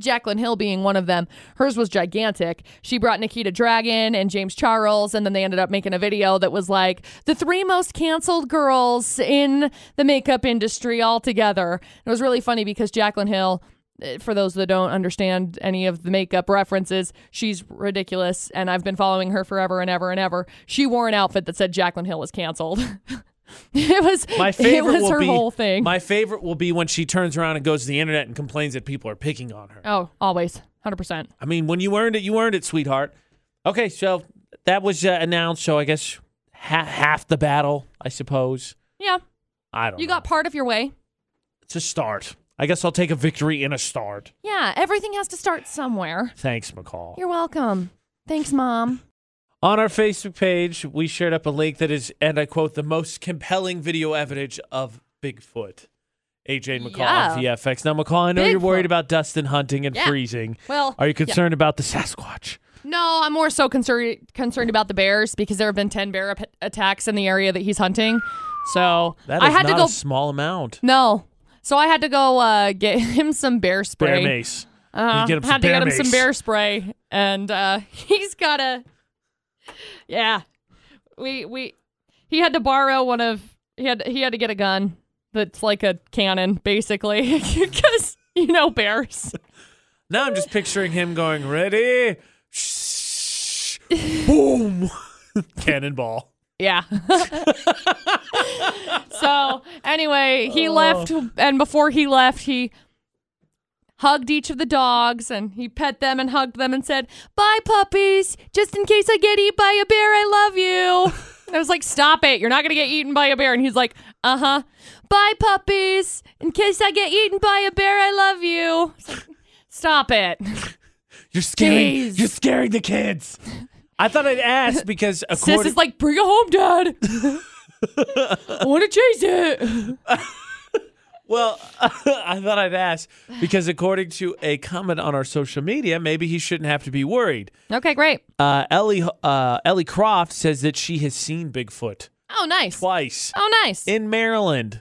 Jaclyn Hill being one of them. Hers was gigantic. She brought Nikita Dragon and James Charles, and then they ended up making a video that was like the three most canceled girls in the makeup industry all together. It was really funny because Jaclyn Hill, eh, for those that don't understand any of the makeup references, she's ridiculous, and I've been following her forever and ever and ever. She wore an outfit that said Jaclyn Hill is canceled. it was My favorite It was will her be, whole thing. My favorite will be when she turns around and goes to the internet and complains that people are picking on her. oh, always, hundred percent. I mean, when you earned it, you earned it, sweetheart. Okay, so that was uh, announced. So I guess ha- half the battle, I suppose. Yeah, I don't. you know. got part of your way. it's a start. I guess I'll take a victory in a start. Yeah, everything has to start somewhere. Thanks, McCall. You're welcome. Thanks, Mom. On our Facebook page, we shared up a link that is, and I quote, the most compelling video evidence of Bigfoot. AJ McCall on Yeah. VFX. Now, McCall, I know you're Bigfoot. worried about Dustin hunting and Yeah. freezing. Well, Are you yeah. concerned about the Sasquatch? No, I'm more so concerned concerned about the bears because there have been 10 bear ap- attacks in the area that he's hunting. So, That is I had not to go a small amount. No. So I had to go uh, get him some bear Bear spray. mace. Uh, You get him some had to bear get him some mace. bear spray, and uh, he's got a yeah. We we he had to borrow one of he had he had to get a gun that's like a cannon basically because you know bears. Now I'm just picturing him going, ready, shh, boom, cannonball. Yeah. so anyway, he left, and before he left, he hugged each of the dogs and he pet them and hugged them and said, "Bye, puppies. Just in case I get eat by a bear, I love you." And I was like, "Stop it! You're not gonna get eaten by a bear." And he's like, "Uh huh. Bye, puppies. In case I get eaten by a bear, I love you." It's like, Stop it. You're scaring, Jeez. you're scaring the kids. I thought I'd ask because Sis according, is like, "Bring it home, Dad. I want to chase it." well, I thought I'd ask because according to a comment on our social media, maybe he shouldn't have to be worried. Okay, great. Uh, Ellie, uh, Ellie Croft says that she has seen Bigfoot Oh, nice. twice Oh, nice. in Maryland.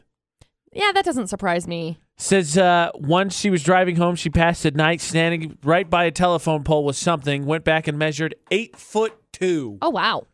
yeah, that doesn't surprise me. Says uh, once she was driving home, she passed at night, standing right by a telephone pole with something. Went back and measured eight foot two. Oh, wow.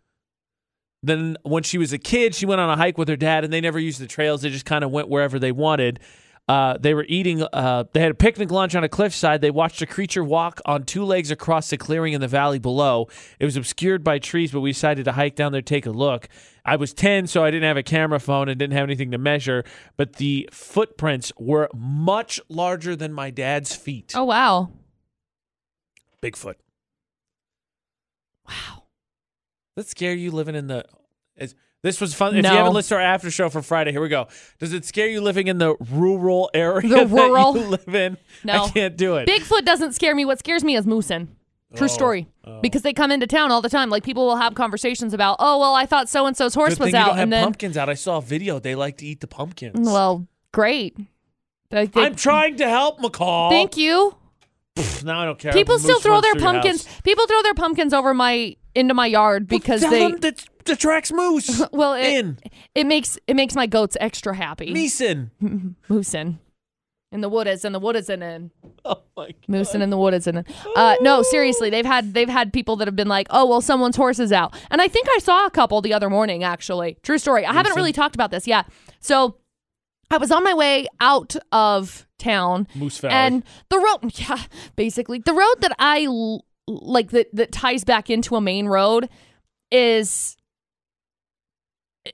Then when she was a kid, she went on a hike with her dad, and they never used the trails. They just kind of went wherever they wanted. Uh, they were eating. Uh, they had a picnic lunch on a cliffside. They watched a creature walk on two legs across the clearing in the valley below. It was obscured by trees, but we decided to hike down there, take a look. I was ten, so I didn't have a camera phone and didn't have anything to measure. But the footprints were much larger than my dad's feet. Oh, wow. Bigfoot. Wow. That scare you living in the is, this was fun. If No. you haven't listened to our after show for Friday, here we go. Does it scare you living in the rural area The rural? that you live in? No. I can't do it. Bigfoot doesn't scare me. What scares me is moosin. True Oh, story. oh. Because they come into town all the time. Like people will have conversations about, oh, well, I thought so and so's horse Good was thing you out, don't have and then, pumpkins out. I saw a video. They like to eat the pumpkins. well, great. They- they- I'm trying to help McCall. Thank you. Pff, Now I don't care. People Moose still throw runs their through your pumpkins. house. People throw their pumpkins over my into my yard because Tell they. them that the tracks moose. well, it, in it makes it makes my goats extra happy. Meeson. Moosin, and the wood is, and the wood is in. and- Oh my god. Moose and in the wood is in it. Uh, no, seriously, they've had they've had people that have been like, oh well, someone's horse is out, and I think I saw a couple the other morning. Actually, true story. I haven't really talked about this. Yeah, so I was on my way out of town, Moose Valley. and the road, yeah, basically the road that I l- like that that ties back into a main road is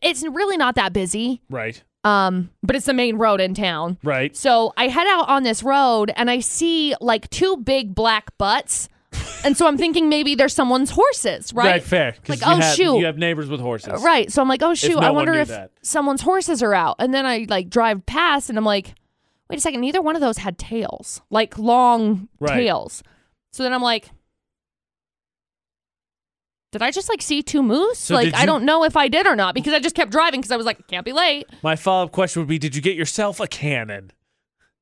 it's really not that busy right. Um, but it's the main road in town. Right. So I head out on this road and I see like two big black butts. and so I'm thinking maybe they're someone's horses, right? Right, fair. 'cause Like, you oh, have, shoot. You have neighbors with horses. Right. So I'm like, oh shoot, no I one wonder knew if that. someone's horses are out. And then I like drive past and I'm like, wait a second, neither one of those had tails, like long Right. tails. So then I'm like, did I just like see two moose? So like did I you- don't know if I did or not because I just kept driving because I was like, can't be late. My follow up question would be Did you get yourself a cannon?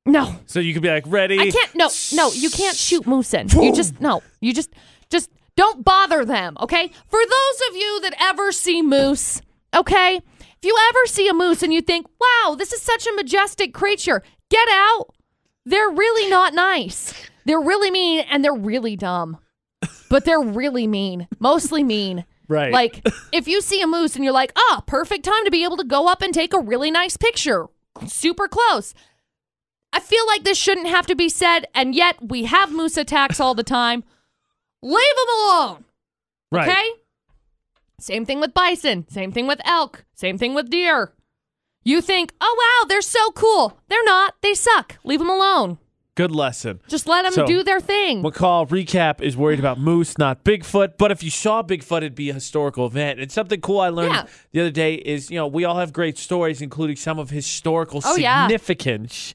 No. So you could be like, ready? I can't. No, no, you can't shoot moose in. You just no. You just just don't bother them. Okay. For those of you that ever see moose, okay, if you ever see a moose and you think, "Wow, this is such a majestic creature," get out. They're really not nice. They're really mean and they're really dumb. But they're really mean. Mostly mean. Right. Like if you see a moose and you're like, "Ah, perfect time to be able to go up and take a really nice picture." Super close. I feel like this shouldn't have to be said, and yet we have moose attacks all the time. Leave them alone, Right. okay? Same thing with bison, same thing with elk, same thing with deer. You think, oh wow, they're so cool. They're not, they suck. Leave them alone. Good lesson. Just let them So, do their thing. McCall recap is worried about moose, not Bigfoot. But if you saw Bigfoot, it'd be a historical event. And something cool I learned Yeah. the other day is, you know, we all have great stories, including some of historical Oh, yeah. significance.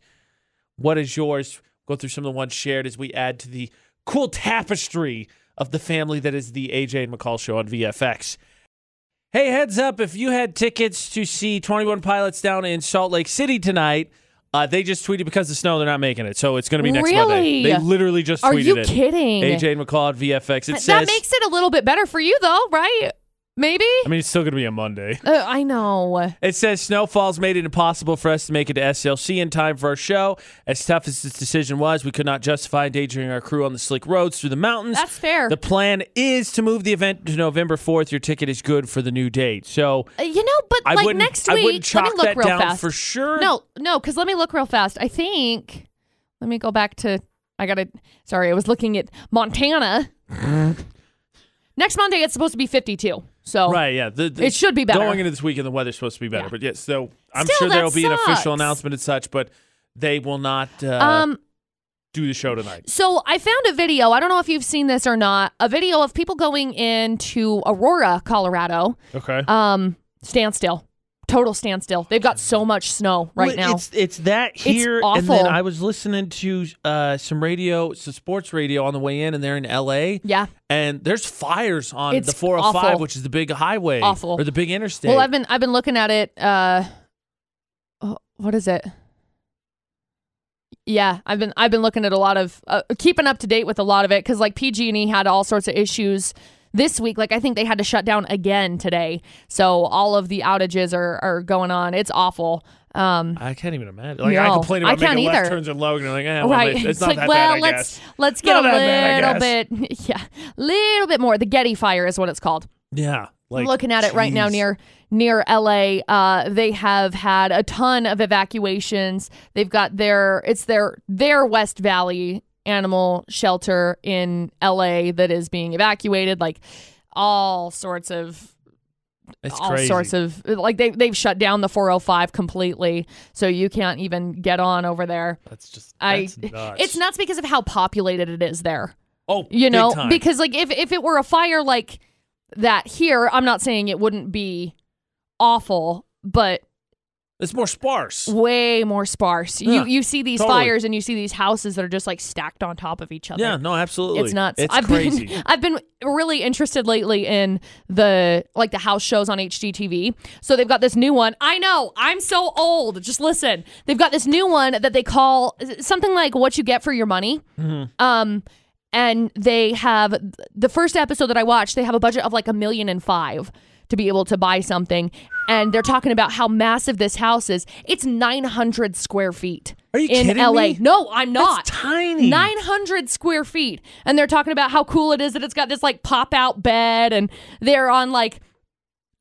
What is yours? Go through some of the ones shared as we add to the cool tapestry of the family that is the AJ and McCall show on VFX. Hey, heads up! If you had tickets to see Twenty One Pilots down in Salt Lake City tonight. Uh, they just tweeted because of snow, they're not making it. So it's going to be next Monday. Really? They literally just Are tweeted you it. kidding? AJ and McCall at VFX. It that says. makes it a little bit better for you, though, right? Maybe? I mean, it's still going to be a Monday. Uh, I know. It says snowfalls made it impossible for us to make it to SLC in time for our show. As tough as this decision was, we could not justify endangering our crew on the slick roads through the mountains. That's fair. The plan is to move the event to November 4th. Your ticket is good for the new date. So Uh, you know, but I like wouldn't, next I week, wouldn't chalk let me look that real down fast. for sure. No, no, because let me look real fast. I think. Let me go back to. I gotta. Sorry, I was looking at Montana. Next Monday, it's supposed to be 52. So Right, yeah. The, the- It should be better. Going into this weekend, the weather's supposed to be better. Yeah. But yes, so I'm Still, sure that there will be an official sucks. announcement and such, but they will not uh, Um. do the show tonight. So I found a video. I don't know if you've seen this or not. A video of people going into Aurora, Colorado. Okay. Um. Standstill. Total standstill. They've got so much snow right Well, now. It's it's that here, and then awful. I was listening to uh, some radio, some sports radio on the way in, and they're in L.A. yeah. and there's fires on It's the 405, awful. which is the big highway, Awful. or the big interstate. Well, I've been I've been looking at it. Uh, oh, what is it? Yeah, I've been I've been looking at a lot of uh, keeping up to date with a lot of it because like PG and E had all sorts of issues this week. Like I think they had to shut down again today, so all of the outages are are going on. It's awful. Um, I can't even imagine. Like I No, complain I about can't making left either. turns in Logan, and like, eh, well, right? it's, not like that well, bad, I let's guess. let's get Not a that bad, I little bit yeah, little bit more. The Getty fire is what it's called. Yeah, like I'm looking at it right now jeez. near near LA. Uh, they have had a ton of evacuations. They've got their it's their their West Valley animal shelter in LA that is being evacuated. Like all sorts of It's all crazy. sorts of like they they've shut down the 405 completely, so you can't even get on over there. That's just I that's nuts. it's nuts because of how populated it is there Oh, you big know time. because like if, if it were a fire like that here i'm not saying it wouldn't be awful but it's more sparse. way more sparse Yeah, you you see these totally. fires and you see these houses that are just like stacked on top of each other Yeah, no, absolutely. it's nuts It's i've crazy. been i've been really interested lately in the like the house shows on hgtv so they've got this new one i know i'm so old just listen they've got this new one that they call something like what you get for your money Mm-hmm. um, and they have the first episode that I watched, they have a budget of like a million and five to be able to buy something. And they're talking about how massive this house is. It's 900 square feet. Are you in kidding LA. me? No, I'm not. tiny. 900 square feet. And they're talking about how cool it is that it's got this like pop out bed and they're on like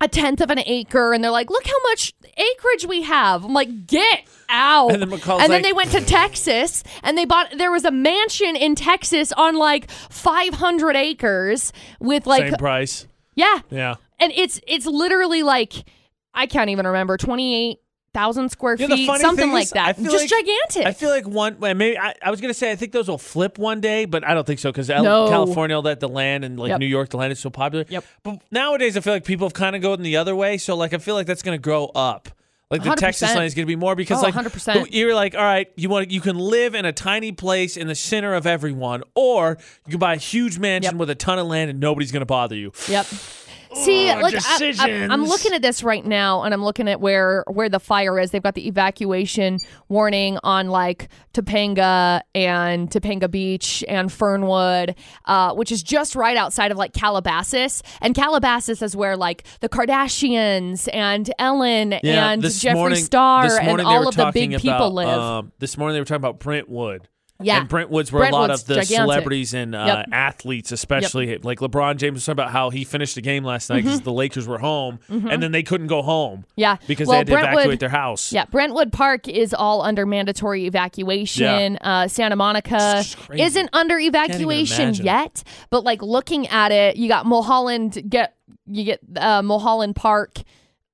a tenth of an acre and they're like, look how much acreage we have. I'm like, get out. And then McCall's And then like- they went to Texas and they bought, there was a mansion in Texas on like 500 acres with like, Same price. yeah. Yeah. And it's, it's literally like, I can't even remember, 28 thousand square Yeah, the feet, funny something thing like is, I that. feel Just like- gigantic. I feel like one. well, Maybe I, I was gonna say I think those will flip one day, but I don't think so because No. California, all that the land and like Yep. New York, the land is so popular. Yep. But nowadays, I feel like people have kind of gone the other way. So like, I feel like that's gonna grow up. Like the 100%. Texas land is gonna be more because Oh, like 100%. who- you're like, all right, you want you can live in a tiny place in the center of everyone, or you can buy a huge mansion Yep. with a ton of land and nobody's gonna bother you. Yep. See, Ugh, like I, I, am decisions. looking at this right now, and I'm looking at where where the fire is. They've got the evacuation warning on like Topanga and Topanga Beach and Fernwood, uh, which is just right outside of like Calabasas. And Calabasas is where like the Kardashians and Ellen Yeah, and this Jeffree morning- Star this and morning they were all of the talking big people about, live. um, this morning they were talking about Brentwood. Yeah. and Brentwood's where a lot Brentwood's of the gigantic. celebrities and uh, Yep. athletes, especially like LeBron James, was talking about how he finished the game last night because the Lakers were home, and then they couldn't go home. Mm-hmm. Yeah. because Well, they had to Brentwood- evacuate their house. Yeah, Brentwood Park is all under mandatory evacuation. Uh, Santa Monica just crazy. isn't under evacuation imagine. yet, but like looking at it, you got Mulholland get you get uh, Mulholland Park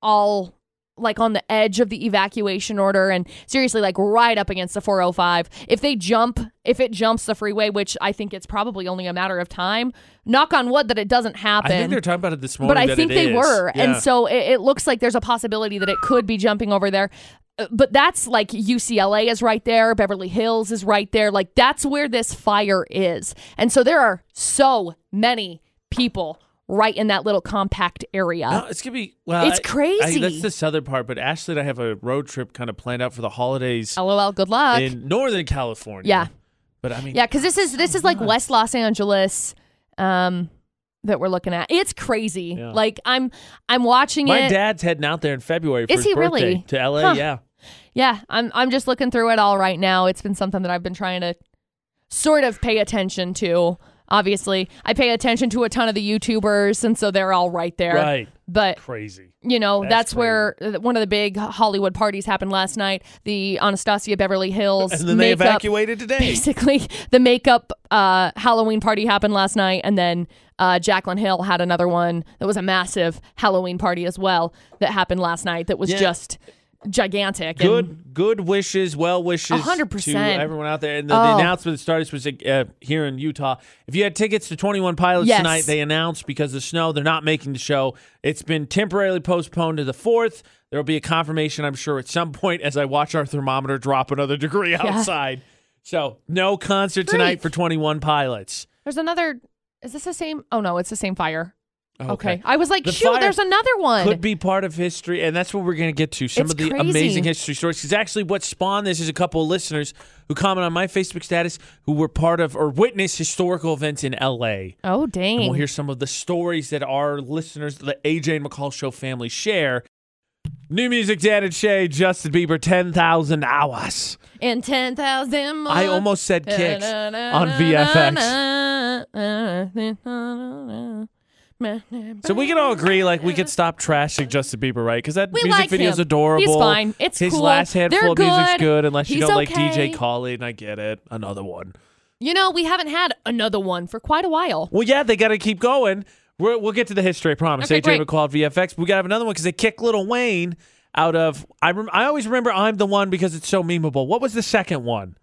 all like on the edge of the evacuation order and seriously like right up against the 405 if they jump if it jumps the freeway which i think it's probably only a matter of time knock on wood that it doesn't I happen think they're talking about it this morning. but I that think it they is. were, and Yeah. so it, it looks like there's a possibility that it could be jumping over there. Uh, But that's like UCLA is right there, Beverly Hills is right there. Like that's where this fire is, and so there are so many people right in that little compact area. No, it's gonna be well. It's I- I- crazy. that's the southern part, but Ashley and I have a road trip kind of planned out for the holidays LOL. Good luck. in Northern California. Oh, Yeah. but I mean, yeah, because this is this is like West Los Angeles. Um, that we're looking at. It's crazy. Yeah. Like I'm, I'm watching my it. dad's heading out there in February. For Is his he birthday really? to LA? Huh. Yeah. Yeah, I'm I'm just looking through it all right now. It's been something that I've been trying to sort of pay attention to. Obviously, I pay attention to a ton of the YouTubers, and so they're all right there. Right. But Crazy. you know, That's that's, where where uh, one of the big Hollywood parties happened last night. The Anastasia Beverly Hills And then they makeup, evacuated today. basically the makeup uh, Halloween party happened last night, and then uh, Jaclyn Hill had another one that was a massive Halloween party as well that happened last night. That was Yeah. just gigantic. and- good good wishes, well wishes A hundred to percent. everyone out there. And the, the Oh. announcement that started was uh, here in Utah. If you had tickets to 21 Pilots Yes. tonight, they announced because of the snow, they're not making the show. It's been temporarily postponed to the 4th. There will be a confirmation, I'm sure, at some point as I watch our thermometer drop another degree outside. So, no concert tonight Freak. for 21 Pilots. There's another. Is this the same? Oh no, it's the same fire. Okay. Okay, I was like, The shoot, fire there's another one. Could be part of history, and that's what we're going to get to. Some It's of the crazy. amazing history stories. Because actually, what spawned this is a couple of listeners who comment on my Facebook status who were part of or witnessed historical events in LA. oh dang! And we'll hear some of the stories that our listeners, the AJ and McCall Show family, share. New music, Dan and Shay, Justin Bieber, 10,000 hours. and ten thousand. I almost said kicks on VFX. VFX. So we can all agree, like, we could stop trashing Justin Bieber, right? Because that We music like video's him. adorable. He's fine. It's His cool. last handful They're of music's good. good, unless you He's don't like okay. DJ Khaled, and I get it. Another one. You know, we haven't had another one for quite a while. Well, yeah, they got to keep going. We're, we'll get to the history, I promise. Okay, AJ great. McCall at VFX. We got to have another one because they kicked Little Wayne out of. I rem- I always remember I'm the one because it's so memeable. What was the second one?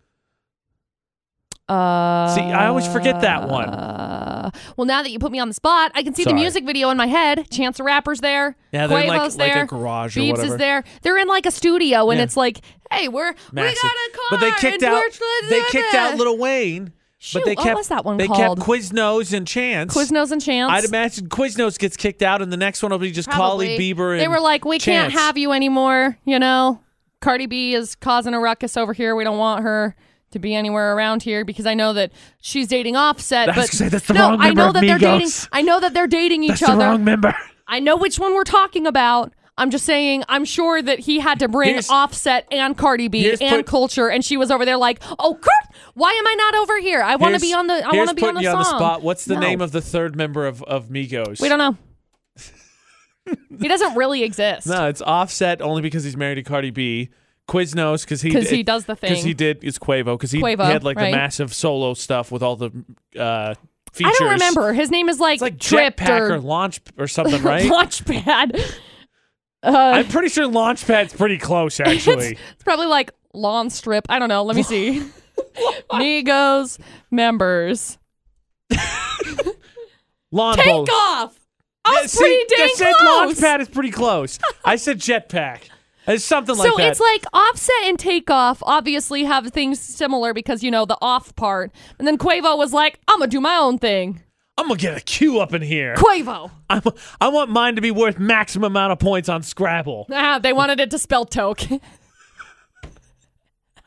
Uh, See, I always forget that one. Uh, well, now that you put me on the spot, I can see Sorry. the music video in my head. Chance the Rapper's there. Yeah, they're in, like- Quavo's like a there. garage or Biebs whatever. is there. They're in like a studio, and Yeah. it's like, hey, we're Massive. we got a car. but they kicked and out. we're- They kicked out Little Wayne. Shoot, but they what kept, was that one They called? kept Quiznos and Chance. Quiznos and Chance. I'd imagine Quiznos gets kicked out, and the next one will be just Probably. Khalid Bieber. And They were like, we Chance. can't have you anymore. You know, Cardi B is causing a ruckus over here. We don't want her to be anywhere around here because I know that she's dating Offset. I was gonna but say, that's the no, wrong I member know of that they're dating. Migos. I know that they're dating each That's the other. wrong member. I know which one we're talking about. I'm just saying, I'm sure that he had to bring Here's- Offset and Cardi B here's and put- Culture, and she was over there like, "Oh, Kurt, why am I not over here? I want to Here's- be on the. I here's want to be on putting the you song." on the spot. What's the No. name of the third member of of Migos? We don't know. he doesn't really exist. No, it's Offset only because he's married to Cardi B. Quiznos because he 'Cause he does the because thing. he did it's Quavo because he, Quavo, he had like the right. massive solo stuff with all the uh, I features. don't remember. His name is like, It's like Tripped Jetpack or, or, Launch or something, right? Launchpad. I'm pretty sure Launchpad's pretty close, actually. Uh, It's probably like lawn strip. I don't know. Let me see. Migos members. Lawn Take bowling. off. I was Uh, See, pretty dang I said close. Launchpad is pretty close. I said Jetpack. It's something like so that. it's like offset and takeoff obviously have things similar because you know the off part. And then Quavo was like, I'm gonna do my own thing. I'm gonna get a queue up in here. Quavo. I'm, I want mine to be worth maximum amount of points on Scrabble. Ah, they wanted it to spell toke.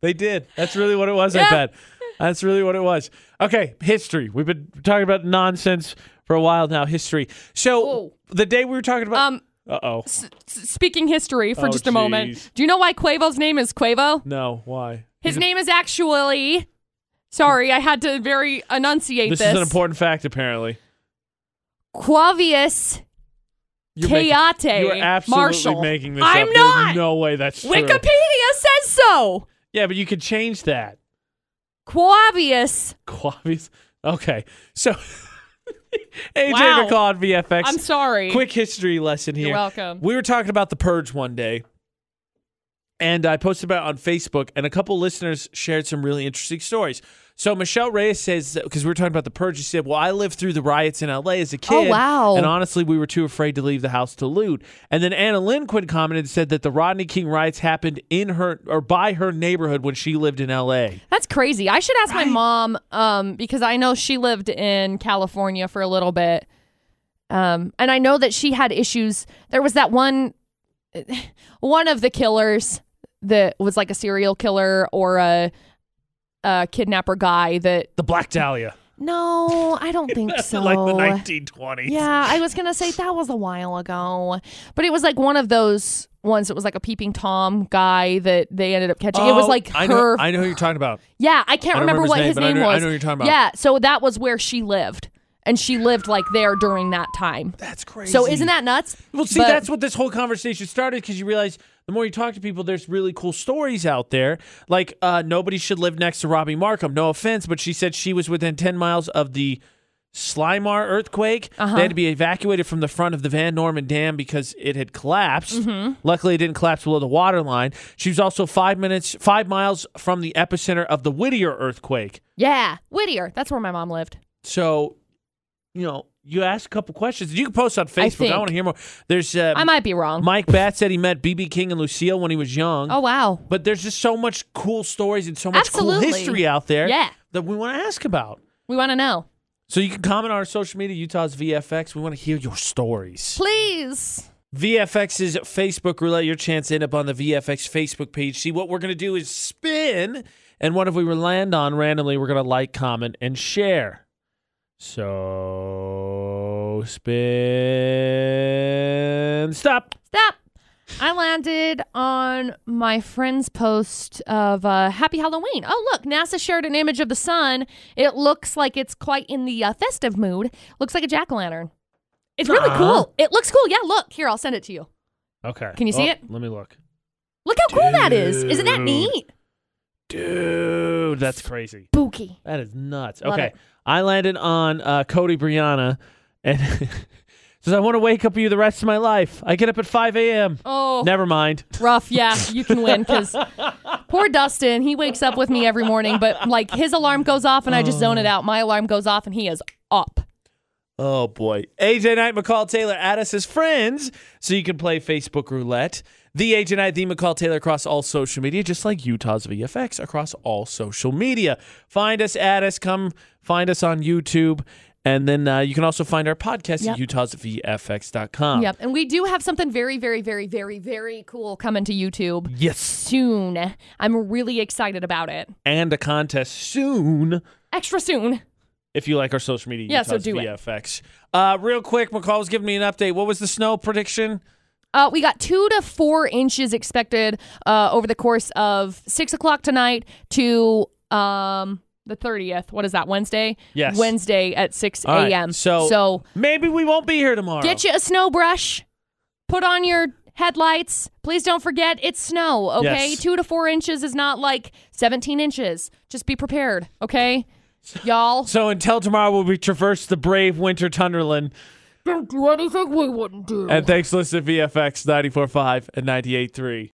They did. That's really what it was. I Yeah. bet. That's really what it was. Okay, history. We've been talking about nonsense for a while now. History. So Whoa. the day we were talking about. Um, uh oh. S- Speaking history for Oh, just a moment. jeez. Do you know why Quavo's name is Quavo? No. Why? His name is actually. Sorry, I had to very enunciate This this. is an important fact, apparently. Quavius You're making- Keate You're absolutely Marshall. making this I'm up. not. There's no way that's true. Wikipedia says so. Yeah, but you could change that. Quavius. Quavies. Okay. So AJ Wow. McCall on VFX. I'm sorry. Quick history lesson here. You're welcome. We were talking about the purge one day. And I posted about it on Facebook, and a couple listeners shared some really interesting stories. So Michelle Reyes says, because we were talking about the purge, she said, "Well, I lived through the riots in LA as a kid, Oh, wow. and honestly, we were too afraid to leave the house to loot." And then Anna Lynn Quinn commented, and said that the Rodney King riots happened in her or by her neighborhood when she lived in LA. That's crazy. I should ask my mom um, because I know she lived in California for a little bit. Um, and I know that she had issues. There was that one, one of the killers that was like a serial killer or a, a kidnapper guy that. The Black Dahlia, No, I don't think so. like the 1920s. Yeah, I was gonna say that was a while ago, but it was like one of those ones. that was like a peeping tom guy that they ended up catching. it was Oh, like I her. know, I know who you're talking about. yeah, I can't I don't remember remember, his what name, his but I name know- I was. know who you're talking about. Yeah, so that was where she lived, and she lived like there during that time. That's crazy. So isn't that nuts? Well, see, But- that's what this whole conversation started because you realize the more you talk to people, there's really cool stories out there. Like uh, nobody should live next to Robbie Markham. No offense, but she said she was within ten miles of the Slimar earthquake. Uh-huh. They had to be evacuated from the front of the Van Norman Dam because it had collapsed. Mm-hmm. Luckily, it didn't collapse below the water line. She was also five minutes, five miles from the epicenter of the Whittier earthquake. yeah, Whittier. That's where my mom lived. So, you know, you ask a couple questions. You can post on Facebook. I, think. want to hear more. There's uh, I might be wrong. Mike Bat said he met BB King and Lucille when he was young. oh wow, But there's just so much cool stories and so much Absolutely. cool history out there Yeah. that we want to ask about. we want to know, So you can comment on our social media, Utah's VFX. We want to hear your stories. please. VFX's Facebook roulette, your chance to end up on the VFX Facebook page. See, what we're going to do is spin, and what if we land on randomly, we're going to like, comment, and share. So spin, stop. Stop. I landed on my friend's post of uh, Happy Halloween. Oh, look, NASA shared an image of the sun. It looks like it's quite in the uh, festive mood. Looks like a jack o' lantern. It's really Aw. cool. It looks cool. Yeah, look. Here, I'll send it to you. Okay. Oh, Can you see it? Let me look. Look how cool that is. Isn't that Dude. neat? Dude, that's crazy. Spooky. That is nuts. Love okay. it. I landed on uh, Cody Brianna and says, I want to wake up you the rest of my life. I get up at 5 a.m. Oh, Never mind. rough. Yeah, you can win because poor Dustin, he wakes up with me every morning, but like his alarm goes off and I just zone it out. My alarm goes off and he is up. Oh, boy. AJ Knight, McCall Taylor, add us as friends so you can play Facebook roulette. The AJ Knight, the McCall Taylor across all social media, just like Utah's VFX across all social media. Find us, add us, come find us on YouTube. And then uh, you can also find our podcast at Yep. utahsvfx.com. Yep. And we do have something very, very, very, very, very cool coming to YouTube Yes. soon. I'm really excited about it. and a contest soon Extra soon. if you like our social media. Yeah, so Utah's do it. VFX. Uh, real quick, McCall was giving me an update. What was the snow prediction? Uh, we got two to four inches expected uh, over the course of six o'clock tonight to um, the 30th. What is that, Wednesday? Yes. Wednesday at 6 All right, a.m. so- Oh. so Maybe we won't be here tomorrow. get you a snow brush, put on your headlights. Please don't forget it's snow, okay? Yes. Two to four inches is not like 17 inches. Just be prepared, okay? Y'all. So until tomorrow, we'll be traverse the brave winter Tunderland Don't do anything we wouldn't do. And thanks, to listen to VFX 94.5 and 98.3.